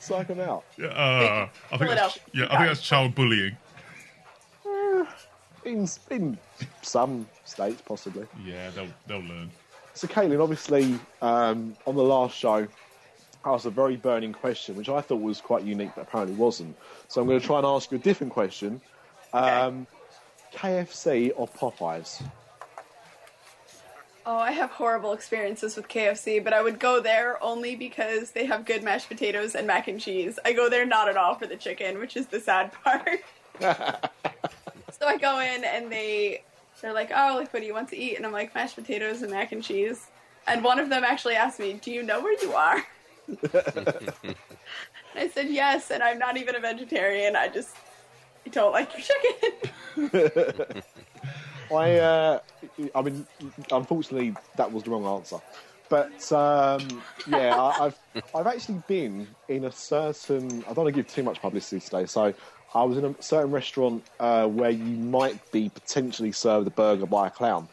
psych them out.
Yeah, uh, I think that's, yeah, I think that's child bullying.
In in some states possibly.
Yeah, they'll they'll learn.
So, Caitlin, obviously, um, on the last show, I asked a very burning question, which I thought was quite unique, but apparently wasn't. So, I'm going to try and ask you a different question um, KFC or Popeyes?
Oh, I have horrible experiences with KFC, but I would go there only because they have good mashed potatoes and mac and cheese. I go there not at all for the chicken, which is the sad [laughs] part. so I go in and they they're like, "Oh, like what do you want to eat?" And I'm like, "Mashed potatoes and mac and cheese." And one of them actually asked me, "Do you know where you [laughs] are?" I said, "Yes," and I'm not even a vegetarian. I just don't like your chicken.
I, uh, I mean, unfortunately, that was the wrong answer. But um, yeah, I, I've I've actually been in a certain. I don't want to give too much publicity today, so I was in a certain restaurant uh, where you might be potentially served a burger by a clown,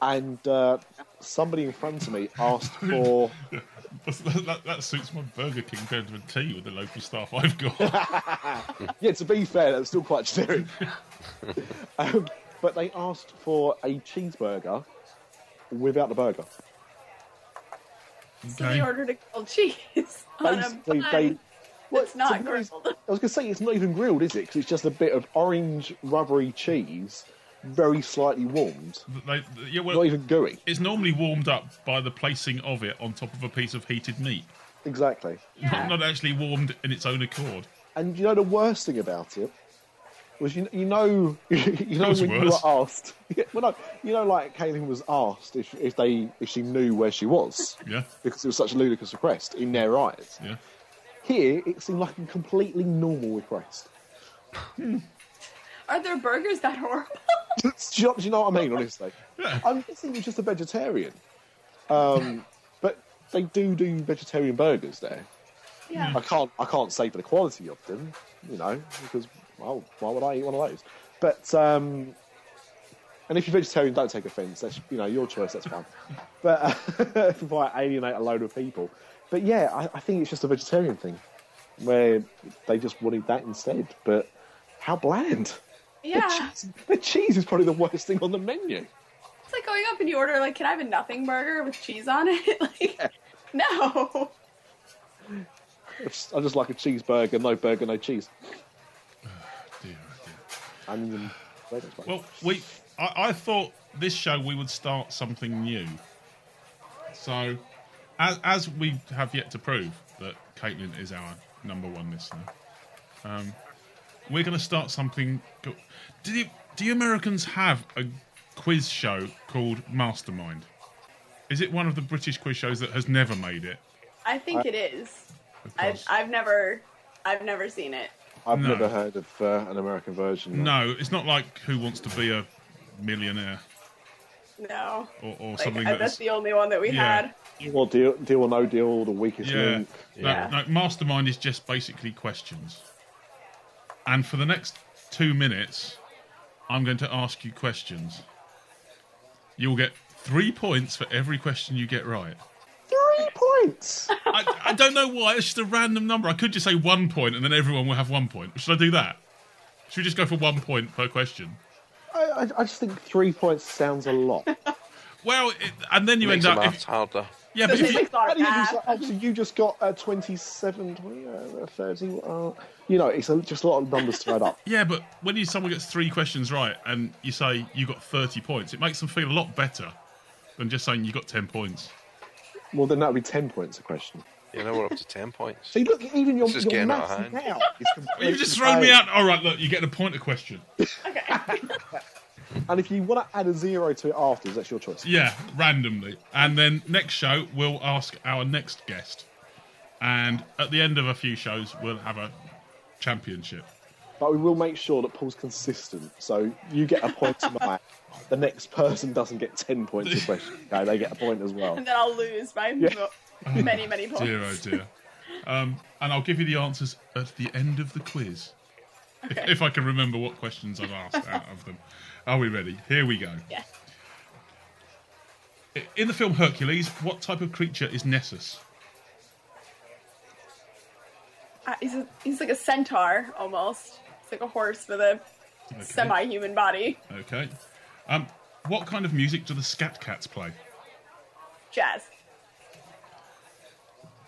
and uh, somebody in front of me asked for.
That's- That, that, that suits my Burger King down to a T with the local staff I've got.
Yeah, to be fair, that's still quite generic. um, but they asked for a cheeseburger without the burger.
So they
Okay.
ordered a grilled cheese [laughs] on a
Basically, they-
bun.
Well,
It's not
to be honest,
grilled. [laughs]
I was going to say it's not even grilled, is it? 'Cause it's just a bit of orange rubbery cheese, very slightly warmed,
They- yeah, well,
not even gooey.
it's normally warmed up by the placing of it on top of a piece of heated meat,
Exactly.
Yeah.
not, not actually warmed in its own accord.
And you know the worst thing about it was you you know [laughs] you know
was
when you
worse.
were asked. [laughs] Yeah, well, no, you know, like Kaylin was asked if if they if she knew where she was
Yeah,
because it was such a ludicrous request in their eyes.
yeah.
Here, it seemed like a completely normal request.
Are their burgers that horrible? [laughs]
do, you know, do you know what I mean? Honestly, I'm guessing you're just a vegetarian. Um, but they do do vegetarian burgers there.
Yeah.
I can't I can't say for the quality of them, you know, because well, why would I eat one of those? But um, and if you're vegetarian, don't take offence. That's you know your choice. That's fine. but uh, [laughs] before I alienate a load of people, but yeah, I, I think it's just a vegetarian thing where they just wanted that instead. But how bland!
Yeah.
The cheese [laughs] is probably the worst thing on the menu.
It's like going up and you order like, can I have a nothing burger with cheese on it? [laughs] like, no.
I just, I just like a cheeseburger, no burger, no cheese.
Dear, oh dear.
And um, that's fine.
Well, we I, I thought this show we would start something new. So, as, as we have yet to prove that Caitlin is our number one listener, um, we're going to start something. co- Do you, do you Americans have a quiz show called Mastermind? Is it one of the British quiz shows that has never made it?
I think it is. I've,
Because-
I've never, I've never seen it.
I've
no.
never heard of uh, an American version.
no, it's not like Who Wants to Be a Millionaire
No.
or, or
Like,
something
I-
that
that's
is
the only one that we
Yeah.
had.
Or deal, deal or no deal, the weakest
Yeah.
link.
No, no, Mastermind is just basically questions. And for the next two minutes, I'm going to ask you questions. You'll get three points for every question you get right.
Three points! [laughs]
I, I don't know why. It's just a random number. I could just say one point, and then everyone will have one point. Should I do that? Should we just go for one point per question?
I, I, I just think three points sounds a
[laughs]
lot.
Well, it, and then you
Makes
end
the
up.
maths
If,
harder.
yeah, but
Does
if
it
you,
make a
How
lot of
do you do so-
math?
oh, so you just got uh, 27, 20, uh, 30. Uh, you know, it's a, just a lot of numbers to add up.
yeah, but when you someone gets three questions right and you say you got thirty points, it makes them feel a lot better than just saying you got ten points.
Well, then that would be 10 points a question.
You know, we're up to 10
[laughs]
points.
See, look, even your,
This is
your
getting out
maths
of hand.
now is completely
You've just thrown me
failed.
out. All right, look, you're getting a point a question.
And if you want to add a zero to it afterwards, that's your choice.
Yeah, randomly. And then next show, we'll ask our next guest. And at the end of a few shows, we'll have a championship.
But we will make sure that Paul's consistent. So you get a
[laughs]
point tonight. The next person doesn't get 10 points a question. Okay, they get a point as
[laughs]
well.
And then I'll lose by
Mm.
mo- many, many points.
Dear, oh dear. Um, and I'll give you the answers at the end of the quiz. If, if I can remember what questions I've asked out of them. Are we ready? Here we go.
Yes.
I- In the film Hercules, what type of creature is Nessus?
Uh, he's, a, he's like a centaur almost. It's like a horse with a semi human body.
Okay. Um, what kind of music do the Scat Cats play?
Jazz.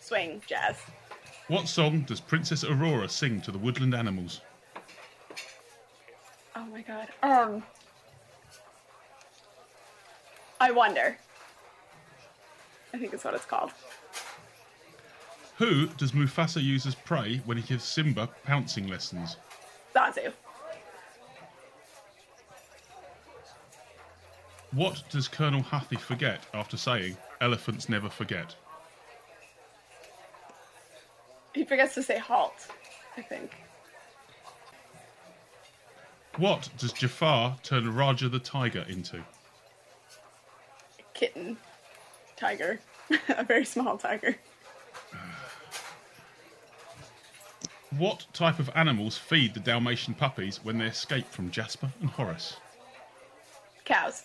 Swing, jazz.
What song does Princess Aurora sing to the woodland animals?
Oh my god. Um. I wonder. I think is what it's called.
Who does Mufasa use as prey when he gives Simba pouncing lessons?
Zazu.
What does Colonel Hathi forget after saying, elephants never forget?
He forgets to say halt, I think.
What does Jafar turn Raja the tiger into?
Kitten. Tiger. [laughs] a very small tiger.
What type of animals feed the Dalmatian puppies when they escape from Jasper and Horace?
Cows.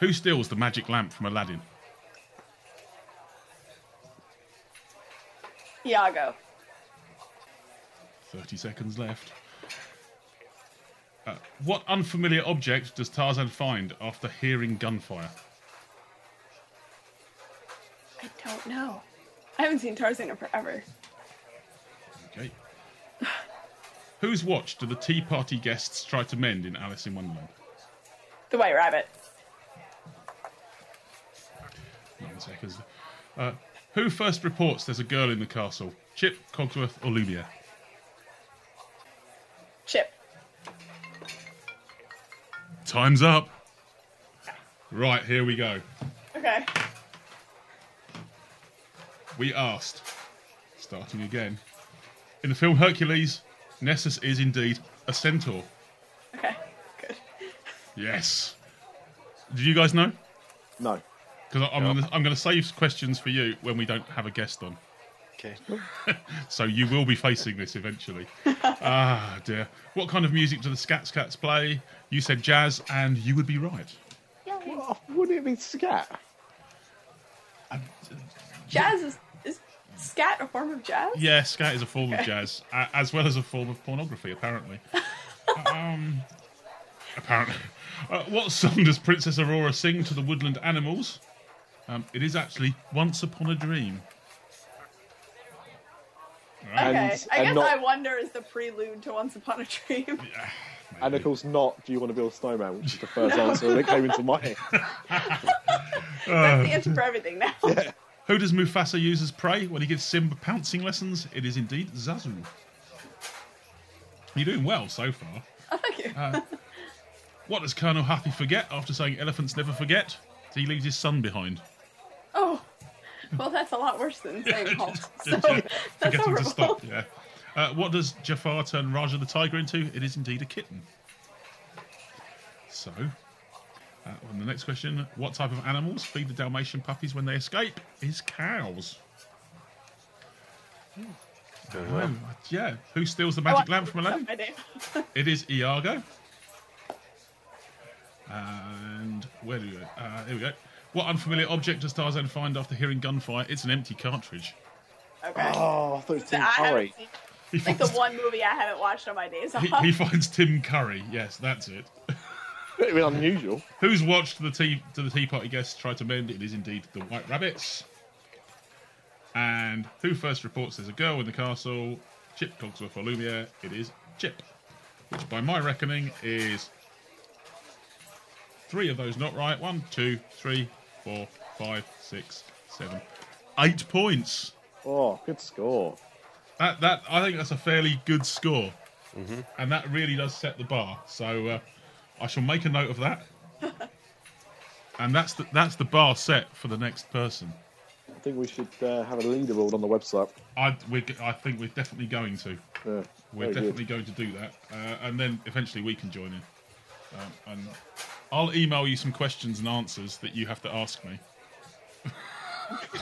Who steals the magic lamp from Aladdin?
Iago.
30 seconds left. Uh, what unfamiliar object does Tarzan find after hearing gunfire?
I don't know. I haven't seen Tarzan in forever.
Okay. [sighs] Whose watch do the Tea Party guests try to mend in Alice in Wonderland?
The White Rabbit.
Nine seconds. Uh, who first reports there's a girl in the castle? Chip, Cogsworth, or Lumiere?
Chip.
Time's up. Right, here we go.
Okay.
We asked, starting again. In the film Hercules, Nessus is indeed a centaur.
Okay. Good.
Yes. Did you guys know?
No.
Because I'm gonna I'm going to save questions for you when we don't have a guest on.
Okay.
So you will be facing this eventually. ah, dear. What kind of music do the Scats Cats play? You said jazz, and you would be right.
Oh, wouldn't it be scat?
Jazz is, is scat a form of jazz?
Yeah, scat is a form of jazz, a- as well as a form of pornography, apparently. um, apparently. Uh, what song does Princess Aurora sing to the woodland animals? Um, it is actually Once Upon a Dream.
Okay.
And-
I
and
guess
not-
I wonder is the prelude to Once Upon a Dream. [laughs]
And of course, not do you want to build a snowman, which is the first answer that came into my
[laughs]
head.
Uh,
That's the answer for everything now. [laughs]
Who does Mufasa use as prey when he gives Simba pouncing lessons? It is indeed Zazu. You're doing well so far.
Thank you.
Uh, What does Colonel Hathi forget after saying elephants never forget? He leaves his son behind.
[laughs] Oh, well, that's a lot worse than saying halt. [laughs] So
Just, uh,
that's
forgetting to
horrible. [laughs]
stop. Yeah. Uh, what does Jafar turn Raja the tiger into? It is indeed a kitten. So, uh, on the next question, what type of animals feed the Dalmatian puppies when they escape? Is cows.
Doing well.
Oh, yeah. Who steals the
Oh, I
magic
want-
lamp from Aladdin?
I do.
It is Iago. And where do we go? Uh, here we go. What unfamiliar object does Tarzan find after hearing gunfire? It's an empty cartridge.
Okay.
Oh, I thought it was
So I
Tim Curry.
haven't seen
He
Like the
finds,
one movie I haven't watched on my days [laughs] off.
he, he finds Tim Curry. Yes, that's it.
Bit unusual.
Who's watched the tea to the Tea Party guests try to mend it is indeed the White Rabbits. And who first reports there's a girl in the castle? Chip Cogsworth or Lumiere? It is Chip, which by my reckoning is three of those not right. One, two, three, four, five, six, seven, eight points.
Oh, good score.
That that I think that's a fairly good score, and that really does set the bar. So uh, I shall make a note of that. and that's the, that's the bar set for the next person.
I think we should uh, have a leaderboard on the website.
I we I think we're definitely going to.
Yeah,
We're
very good.
definitely going to do that, uh, and then eventually we can join in. Um, and I'll email you some questions and answers that you have to ask me. [laughs]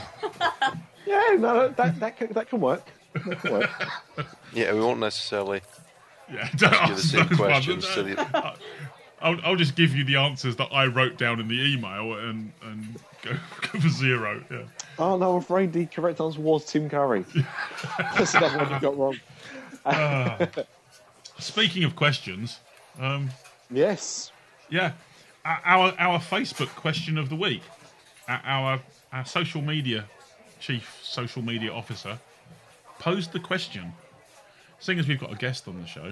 Yeah, no, that that can, that can work. That can work.
Yeah, we won't necessarily
Yeah, don't
do the
ask
same
those ones.
questions to the.
I'll, I'll just give you the answers that I wrote down in the email and and go, [laughs] go for zero. Yeah.
oh no, I'm afraid the correct answer was
[laughs]
Tim Curry. That's another one you got wrong.
Speaking of questions, um,
Yes.
yeah, o- our our Facebook question of the week, o- our our social media chief social media officer posed the question. Seeing as we've got a guest on the show,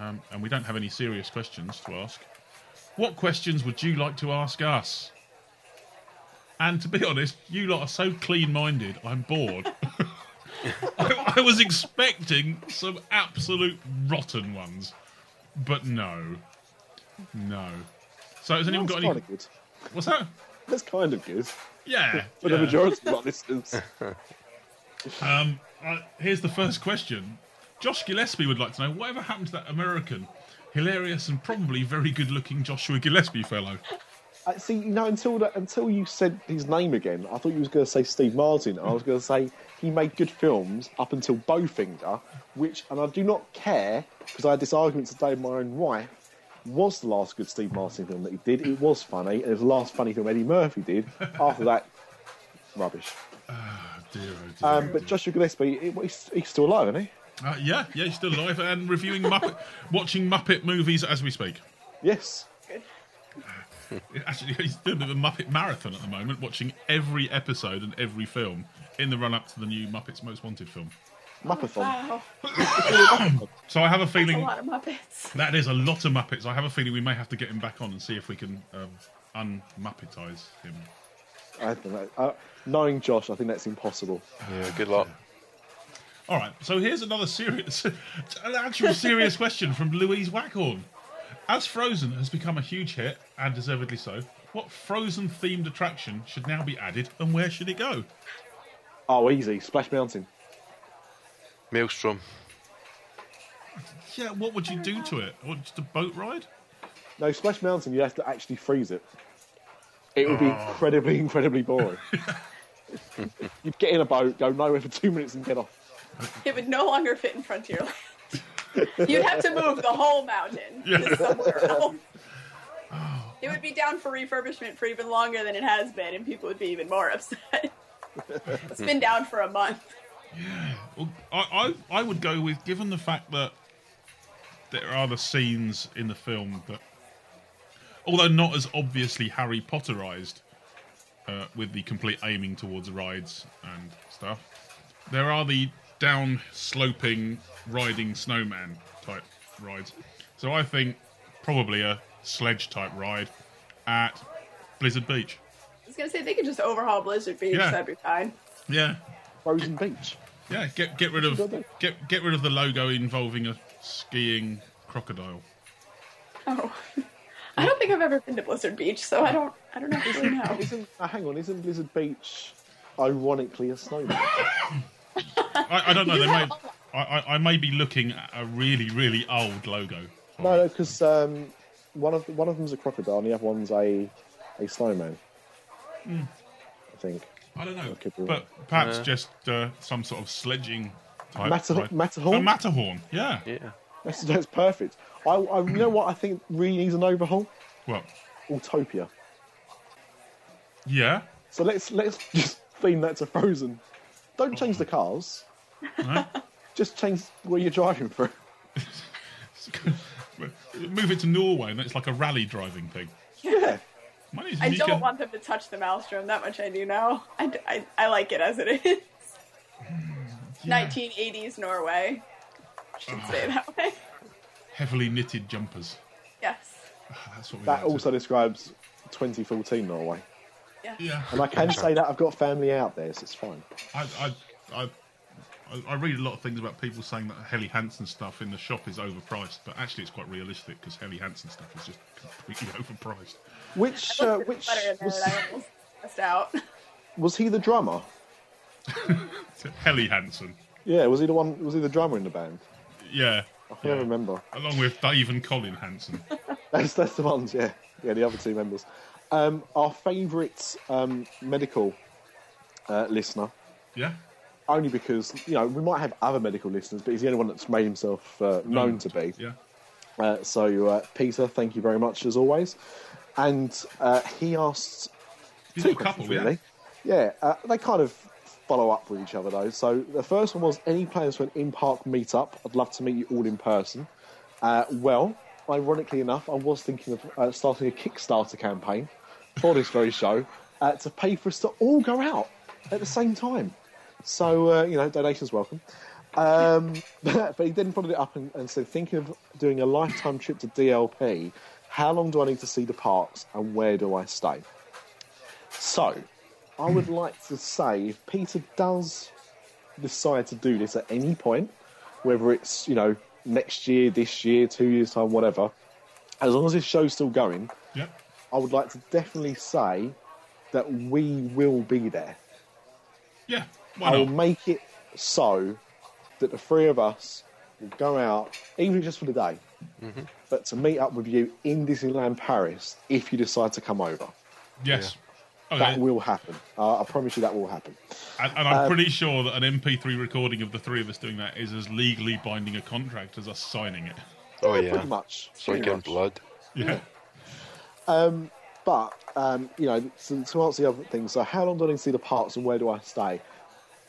um, and we don't have any serious questions to ask, what questions would you like to ask us? And to be honest, you lot are so clean-minded. I'm bored. [laughs] I, I was expecting some absolute rotten ones, but no, no. So has anyone
That's
got any?
kind of good.
What's that?
That's kind of good
Yeah.
for
yeah.
the majority
[laughs]
of our listeners.
Um, uh, here's the first question. Josh Gillespie would like to know whatever happened to that American, hilarious and probably very good-looking Joshua Gillespie fellow.
I Uh, see, you know, until that, until you said his name again, I thought you was going to say Steve Martin. I was going to say he made good films up until Bowfinger, which, and I do not care because I had this argument today with my own wife. Was the last good Steve Martin film that he did? It was funny, and it was the last funny film Eddie Murphy did. After that, rubbish.
Oh, dear, oh, dear,
Um,
oh,
but
dear.
Joshua Gillespie, he- he's, he's still alive, isn't he?
Uh, yeah, yeah, he's still alive and reviewing Muppet, watching Muppet movies as we speak.
Yes.
Actually, [laughs] he's doing a Muppet marathon at the moment, watching every episode and every film in the run-up to the new Muppets Most Wanted film.
Muppethon.
wow,
So I have a
that's a
feeling
lot of Muppets.
that is a lot of Muppets. I have a feeling we may have to get him back on and see if we can um, un-Muppetize him.
I don't know. Uh, knowing Josh, I think that's impossible.
Yeah, good luck.
All right, so here's another serious, [laughs] an actual serious question from Louise Wackhorn. As Frozen has become a huge hit, and deservedly so, what Frozen themed attraction should now be added and where should it go?
Oh, easy. Splash Mountain.
Maelstrom.
Yeah, what would you do to it? Or just a boat ride?
No, Splash Mountain, you have to actually freeze it. It would be incredibly, incredibly boring. You'd get in a boat, go nowhere for two minutes, and get off.
It would no longer fit in Frontierland. [laughs] You'd have to move the whole mountain
[laughs]
to somewhere else.
Oh.
It would be down for refurbishment for even longer than it has been, and people would be even more upset. [laughs] it's been down for a month.
Well, I, I, I would go with, given the fact that there are the scenes in the film that, although not as obviously Harry Potterized, uh, with the complete aiming towards rides and stuff, there are the down sloping riding snowman type rides. So I think probably a sledge type ride at Blizzard Beach.
I was gonna say they could just overhaul Blizzard Beach.
Yeah.
That'd be fine.
Yeah,
Frozen Beach.
Yeah, get get rid of get get rid of the logo involving a skiing crocodile.
Oh, [laughs] I don't think I've ever been to Blizzard Beach, so I don't. I don't
[laughs]
actually know.
Isn't, uh, hang on, isn't Blizzard Beach ironically a snowman?
I, I don't know. They may, I, I I may be looking at a really really old logo.
no, no, because um, one of one of them's a crocodile and the other one's a a snowman. I think
I don't know.
Okay, cool.
But perhaps just uh, some sort of sledging type
Matter-
ride.
Matterhorn?
A Matterhorn. Yeah.
Yeah.
that's that's perfect. I, I you know what I think really needs an overhaul?
Well,
Autopia.
yeah.
So [laughs] let's let's just theme that to Frozen. Don't change the cars.
No?
Just change where you're driving from.
[laughs] Move it to Norway, and it's like a rally driving thing.
Yeah.
My name's
I
Mika.
don't want them to touch the maelstrom. That much I do know. I, d- I- I like it as it is.
Yeah.
1980s Norway. Should say it that way. [laughs]
heavily knitted jumpers. Ah,
Yes.
That's what we
[laughs] That
like to-
also describes 2014 Norway.
Yeah,
And I can say that I've got family out there, so it's fine.
I, I, I, I, I read a lot of things about people saying that Helly Hansen stuff in the shop is overpriced, but actually it's quite realistic because Helly Hansen stuff is just completely [laughs] overpriced.
Which
I
uh,
looked at
which
the letter in there
was,
and I almost passed out. [laughs]
was he the drummer?
Helly Hansen,
Yeah, was he the one? Was he the drummer in the band?
yeah,
I can't remember. [laughs]
along with Dave and Colin Hansen.
That's that's the ones. Yeah, yeah, the other two members. Um, our favourite um, medical uh, listener,
Yeah,
only because you know we might have other medical listeners, but he's the only one that's made himself uh, known to be.
yeah.
Uh, so, uh, Peter, thank you very much as always. And uh, he asked
He's
two
got a couple,
questions,
yeah.
really. Yeah, uh, they kind of follow up with each other though. So the first one was any plans for an in-park meetup? I'd love to meet you all in person. Uh, well, ironically enough, I was thinking of uh, starting a Kickstarter campaign for this very show uh, to pay for us to all go out at the same time. So uh, you know, donations welcome. Um, [laughs] but he then followed it up and, and said, thinking of doing a lifetime trip to DLP. How long do I need to see the parks, and where do I stay? So,
[clears throat]
I would like to say if Peter does decide to do this at any point, whether it's, you know, next year, this year, two years' time, whatever, as long as this show's still going,
Yep.
I would like to definitely say that we will be there.
Yeah. Why
I will
not?
make it so that the three of us will go out, even just for the day,
Mm-hmm.
but to meet up with you in Disneyland Paris if you decide to come over.
yes.
That um,
Okay.
will happen. Uh, I promise you that will happen.
and, and I'm pretty sure that an MP3 recording of the three of us doing that is as legally binding a contract as us signing it.
Oh, yeah.
Pretty much.
So
pretty
again,
much.
blood.
Yeah.
But um, you know, to, to answer the other thing, so how long do I need to see the parks and where do I stay?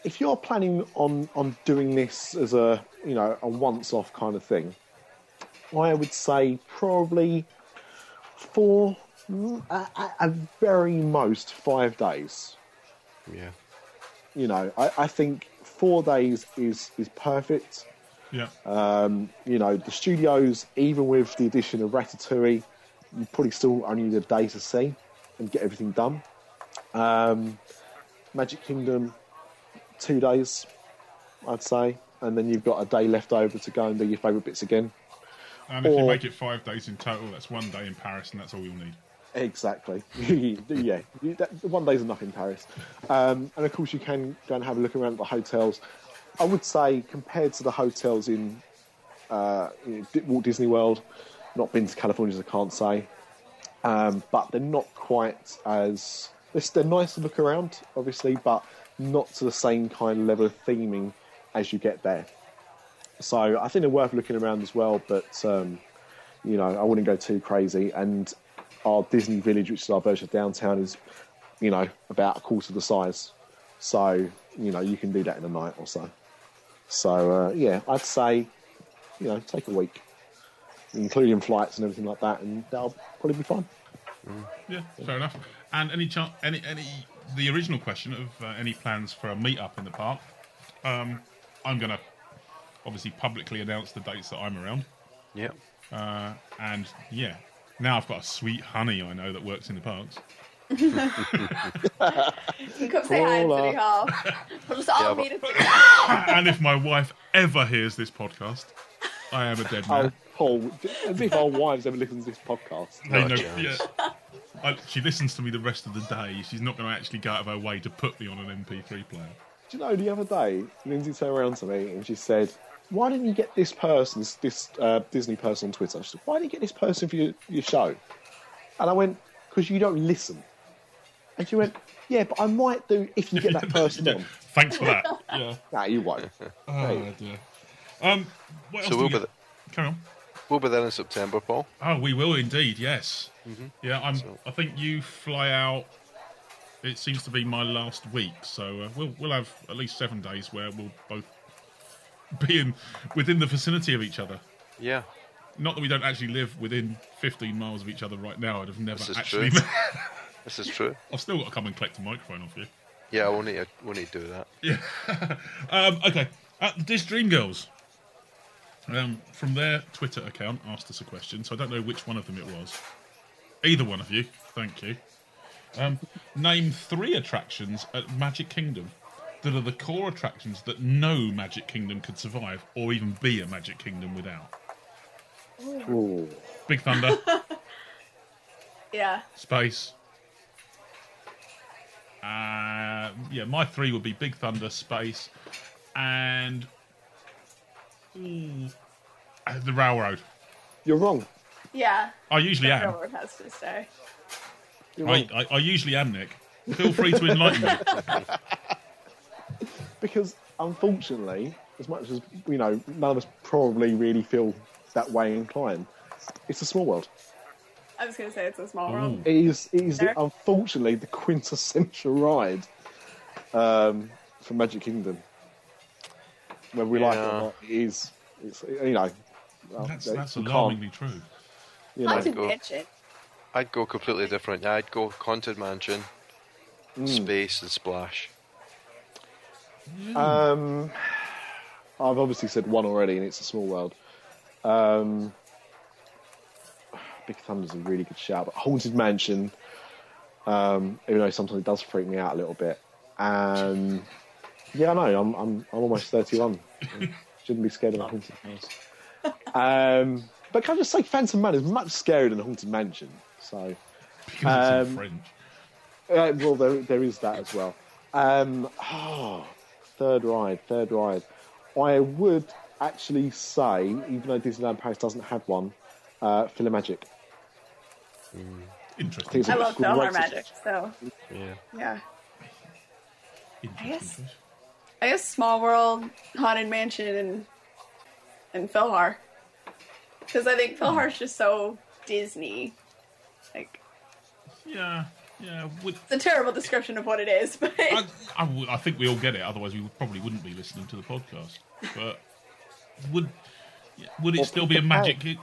If you're planning on on doing this as a you know a once off kind of thing, I would say probably four, mm, at at- at very most five days.
Yeah.
You know, I, I think four days is is perfect.
Yeah.
you know, the studios, even with the addition of Ratatouille, you probably still only need a day to see and get everything done. Um, Magic Kingdom, two days, I'd say, and then you've got a day left over to go and do your favourite bits again.
and if you
or-
make it five days in total, that's one day in Paris, and that's all you'll need.
Exactly. [laughs] yeah, you, that, one day's enough in Paris, um, and of course you can go and have a look around at the hotels. I would say compared to the hotels in uh, in Di- Walt Disney World, not been to California, so I can't say, um, but they're not quite as they're, they're nice to look around, obviously, but not to the same kind of level of theming as you get there. So I think they're worth looking around as well, but. Um, you know, I wouldn't go too crazy. And our Disney Village, which is our version of downtown, is, you know, about a quarter the size. So, you know, you can do that in a night or so. So, uh, yeah, I'd say, you know, take a week, including flights and everything like that, and that'll probably be fine.
Yeah, fair enough. And any chance, any, any, the original question of uh, any plans for a meet-up in the park? Um, I'm going to obviously publicly announce the dates that I'm around.
Yeah.
Uh, and yeah, now I've got a sweet honey I know that works in the parks. [laughs]
You come say hi at
Cool, uh,
City
[laughs]
Hall. We'll just all
Yeah,
meet at City
and if my wife ever hears this podcast, I am a dead man.
Oh, Paul, [laughs] as if our wives ever listen to this podcast.
They
Not a
know-
chance.
yeah. I, she listens to me the rest of the day. She's not going to actually go out of her way to put me on an MP3 player.
Do you know, the other day, Lindsay turned around to me and she said, why didn't you get this person, this, this uh, Disney person on Twitter? She said, why didn't you get this person for your, your show? And I went, because you don't listen. And she went, yeah, but I might do if you
[laughs]
get that person on.
Thanks for that. yeah.
No, you won't.
Oh dear. Um, what else
So
do we
we'll
got?
be, th-
Carry on.
we'll be there in September, Paul.
Oh, we will indeed. Yes.
Mm-hmm.
Yeah, I'm. I think you fly out. It seems to be my last week, so uh, we'll we'll have at least seven days where we'll both being within the vicinity of each other.
Yeah.
Not that we don't actually live within 15 miles of each other right now. I'd have never
This is
actually.
[laughs] true. This is true.
I've still got to come and collect the microphone off you.
Yeah, we'll need to, we'll need to do that.
Um, okay, uh, this Dreamgirls. Um, from their Twitter account, asked us a question, so I don't know which one of them it was. Either one of you, thank you. Um, name three attractions at Magic Kingdom that are the core attractions that no Magic Kingdom could survive or even be a Magic Kingdom without.
Ooh.
Big Thunder,
Yeah.
Space. Uh, yeah, my three would be Big Thunder, Space, and Uh, the Railroad.
You're wrong.
Yeah.
I usually
yeah.
am.
Railroad has to stay.
You're
I,
wrong.
I, I usually am, Nick. Feel free to enlighten
[laughs]
me.
Because unfortunately, as much as you know, none of us probably really feel that way inclined. It's a small world.
I was going to say it's a small world.
It is, it is
Sure.
unfortunately the quintessential ride um, from Magic Kingdom. Whether we like it
Yeah.
or not, it is. It's, you know, well,
That's,
you
that's
can't,
alarmingly true.
you know.
Haunted
go.
Mansion.
I'd go completely different. I'd go Haunted Mansion, Hmm. Space, and Splash.
Um, I've obviously said one already, and it's a small world. Um, Big Thunder's a really good shout, but Haunted Mansion, um, even though sometimes it does freak me out a little bit. And yeah, I know I'm I'm I'm almost thirty-one. Shouldn't be scared of a haunted house. Um, but can I just say, Phantom Man is much scarier than a Haunted Mansion. So.
Because it's in
Um,
French.
Uh, well, there, there is that as well. Um, oh, third ride, third ride. I would actually say, even though Disneyland Paris doesn't have one, uh, Philomagic.
Interesting.
think
I
it's
love
great
Belmar
suggestion.
Magic, so
Yeah.
yeah.
Interesting
guess-
choice.
I guess Small World, Haunted Mansion, and and Philhar. Because I think Philhar's just so Disney. Like
Yeah, yeah. Would,
it's a terrible description of what it is, [laughs] but
I, I would- I think we all get it. Otherwise, we would- probably wouldn't be listening to the podcast. But would yeah, would it
Well,
still be a
put it
magic? Ki-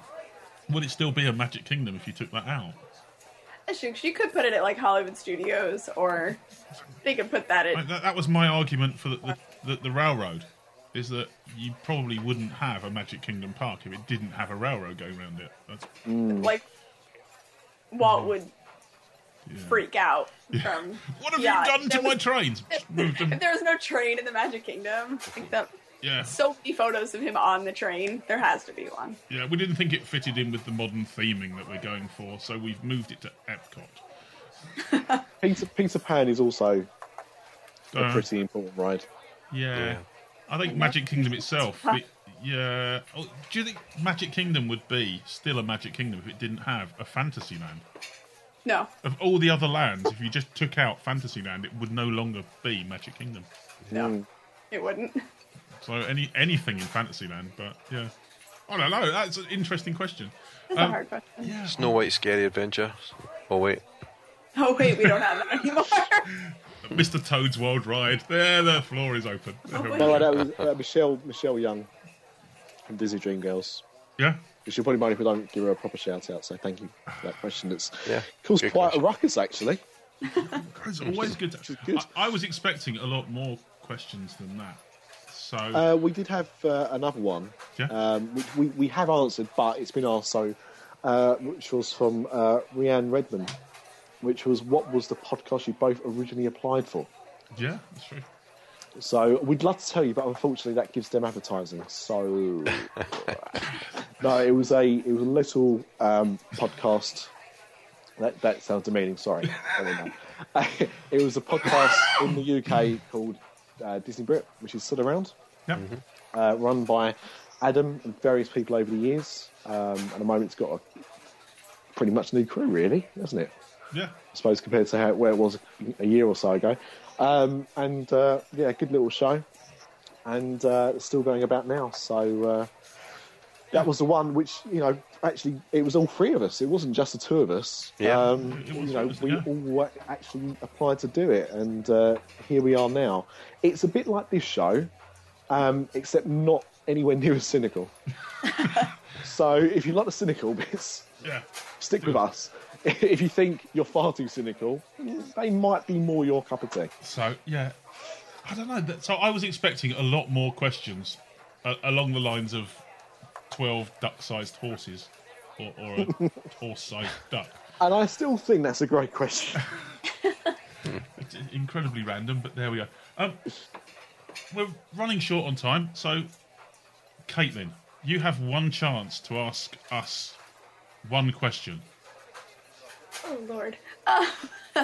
Would it still be a Magic Kingdom if you took that out?
she, she could put it at like Hollywood Studios, or they could put that
Like,
at.
that, that was my argument for the, the, the, the railroad. Is that you probably wouldn't have a Magic Kingdom park if it didn't have a railroad going around it. That's Mm.
Like Walt would
yeah.
freak out from.
[laughs] What have
Yeah,
you done to
there
my
was-
trains? Moved them.
If [laughs] there was no train in the Magic Kingdom, like that,
Yeah,
so many photos of him on the train. There has to be one.
yeah. We didn't think it fitted in with the modern theming that we're going for, so we've moved it to Epcot.
Peter, Peter Pan is also a
Uh,
pretty important ride.
yeah.
Yeah.
I think Magic Kingdom
[laughs]
itself. it- yeah. Oh, do you think Magic Kingdom would be still a Magic Kingdom if it didn't have a Fantasy Land?
No,
Of all the other lands, if you just took out Fantasyland, it would no longer be Magic Kingdom.
no, it wouldn't.
So any anything in Fantasyland, but yeah. I don't know. That's an interesting question.
That's a
Um,
hard question.
Yeah.
Snow White Scary Adventure. Oh, wait.
[laughs] Oh wait, we don't have
[laughs]
that anymore. Oh,
Mr. Toad's World Ride. There, the floor is open.
By the way, that was, uh, Michelle Michelle Young from Disney Dreamgirls.
yeah.
Which you'll probably mind if we don't give her a proper shout out. So thank you for that question. It's
Yeah,
caused
good
quite
question.
a ruckus actually.
It's always good.
Which is
To,
good.
I, I was expecting a lot more questions than that. So
Uh, we did have uh, another one,
Yeah.
um, which we, we have answered, but it's been asked, so, uh, which was from uh, Rhianne Redmond, which was what was the podcast you both originally applied for?
yeah, that's true.
So we'd love to tell you, but unfortunately that gives them advertising. So no, it was a it was a little um, podcast. That that sounds demeaning. Sorry, I don't know. [laughs] it was a podcast in the UK called uh, Disney Brit, which is still around
Yep.
uh, run by Adam and various people over the years. Um, at the moment, it's got a pretty much new crew, really, hasn't it?
Yeah.
I suppose compared to how, where it was a year or so ago. Um, and uh, yeah, good little show, and uh, it's still going about now. So uh, that was the one which you know actually it was all three of us. It wasn't just the two of us.
Yeah.
Um,
It was
you know,
three
we
of us,
all wa- actually applied to do it, and uh, here we are now. It's a bit like this show, um, except not anywhere [laughs] near as cynical. so if you like the cynical bits,
Yeah.
stick with us. [laughs] If you think you're far too cynical, they might be more your cup of tea.
So yeah, I don't know. That- So I was expecting a lot more questions uh, along the lines of twelve duck-sized horses, or, or
[laughs]
a horse-sized duck.
And I still think that's a great
[laughs]
question.
It's incredibly random, but there we go. Um, we're running short on time, so Caitlin, you have one chance to ask us one question.
Oh Lord. Uh, [laughs] I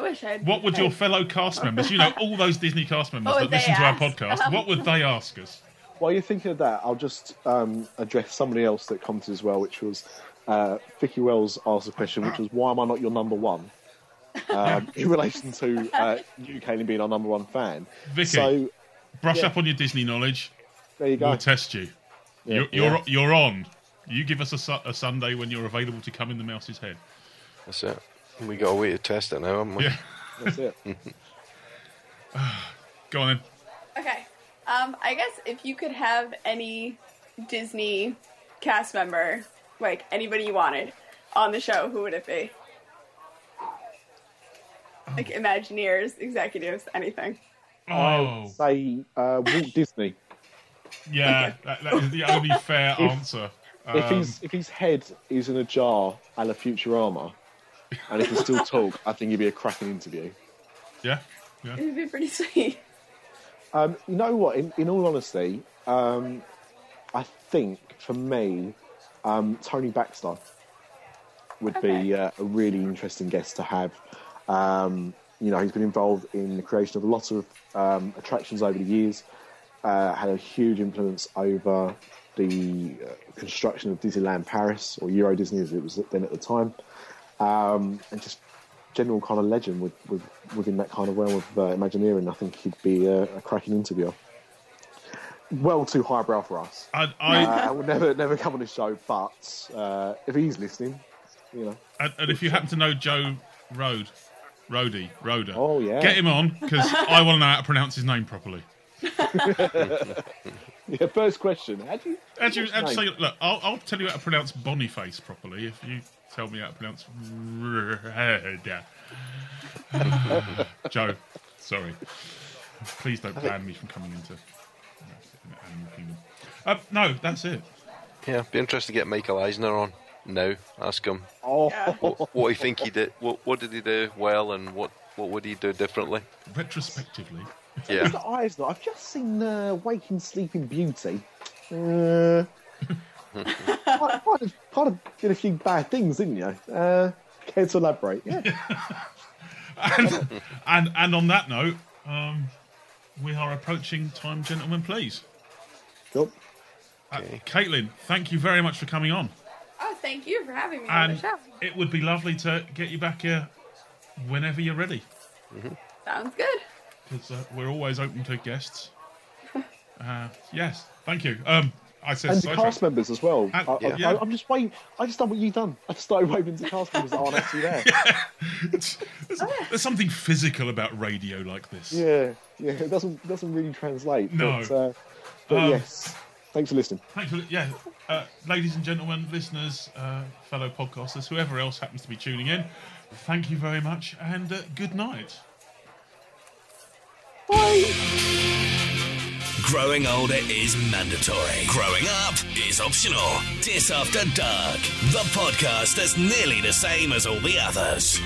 wish I'd.
What would your
I'd-
fellow cast members,
[laughs]
you know, all those Disney cast members
What
that
would they
listen to our
ask? Um,
podcast, what would they ask us?
While you're thinking of that, I'll just um, address somebody else that commented as well, which was uh, Vicky Wells asked a question, which was, "Why am I not your
[laughs]
number one?" Um, in relation to uh, you, Caitlin, being our number one fan.
Vicky.
So
Brush
Yeah.
up on your Disney knowledge.
there you go.
We'll test you.
Yeah,
You're, you're,
yeah.
you're on. You give us a, su- a Sunday when you're available to come in the mouse's head.
That's it. We got a way to test it now, haven't we?
Yeah.
That's it.
Go on then.
[laughs] Okay. Um, I guess if you could have any Disney cast member, like anybody you wanted, on the show, who would it be?
Um.
Like Imagineers, executives, anything.
Oh,
Say uh, Walt Disney.
yeah. That, that is the
[laughs]
only fair answer. Um,
If his if his head is in a jar a la Futurama, and he can still talk, I think he'd be a cracking interview.
Um, yeah. Yeah.
It would be pretty [laughs] sweet.
Um, you know what? In, in all honesty, um, I think for me, um, Tony Baxter would
Okay.
be uh, a really interesting guest to have. Um, you know, he's been involved in the creation of a lot of um, attractions over the years. Uh, had a huge influence over the uh, construction of Disneyland Paris or Euro Disney, as it was then at the time, um, and just general kind of legend with, with, within that kind of realm of uh, Imagineering. I think he'd be a, a cracking interviewer. Well, too highbrow for us.
I, I,
Uh, I would never, never come on this show, but uh, if he's listening, you know,
and, and if you happen to know Joe Road, Roadie, Roder,
Oh, yeah.
get him on
[laughs]
because I want to know how to pronounce his name properly.
yeah. First question: How do you?
As you, as
what's
you
your
say, look, I'll, I'll tell you how to pronounce Boniface properly if you tell me how to pronounce. Roder. [laughs] Joe, sorry. Please don't ban me from coming into Animal Kingdom. Uh, no, that's it.
Yeah, be interested to get Michael Eisner on now. Ask him
Oh,
what, what he think he did. What, what did he do well, and what, what would he do differently?
Retrospectively,
Yeah,
the eyes. Though I've just seen uh, Waking Sleeping Beauty. [laughs] Uh, quite, quite, a, quite a, did a few bad things, didn't you? Uh, care to elaborate? Yeah.
and, and and on that note, um, we are approaching time, gentlemen. Please,
Cool.
uh, Caitlin, thank you very much for coming on.
Oh, thank you for having me on the
And
show.
it would be lovely to get you back here whenever you're ready,
Sounds good.
because uh, we're always open to guests. Uh, yes, thank you. Um, I said
And the
sidetrack.
cast members as well.
And-
I,
yeah.
I, I'm just waiting. I just done what you've done. I started waving to cast members that aren't actually [laughs] there.
[laughs] there's, there's something physical about radio like this.
Yeah, yeah, it doesn't doesn't really translate.
No.
But, uh, but
Um,
yes, thanks for listening.
Thanks for yeah, uh, ladies and gentlemen, listeners, uh, fellow podcasters, whoever else happens to be tuning in. Thank you very much, and uh, good night.
Growing older is mandatory. Growing up is optional. Dis After Dark, the podcast that's nearly the same as all the others.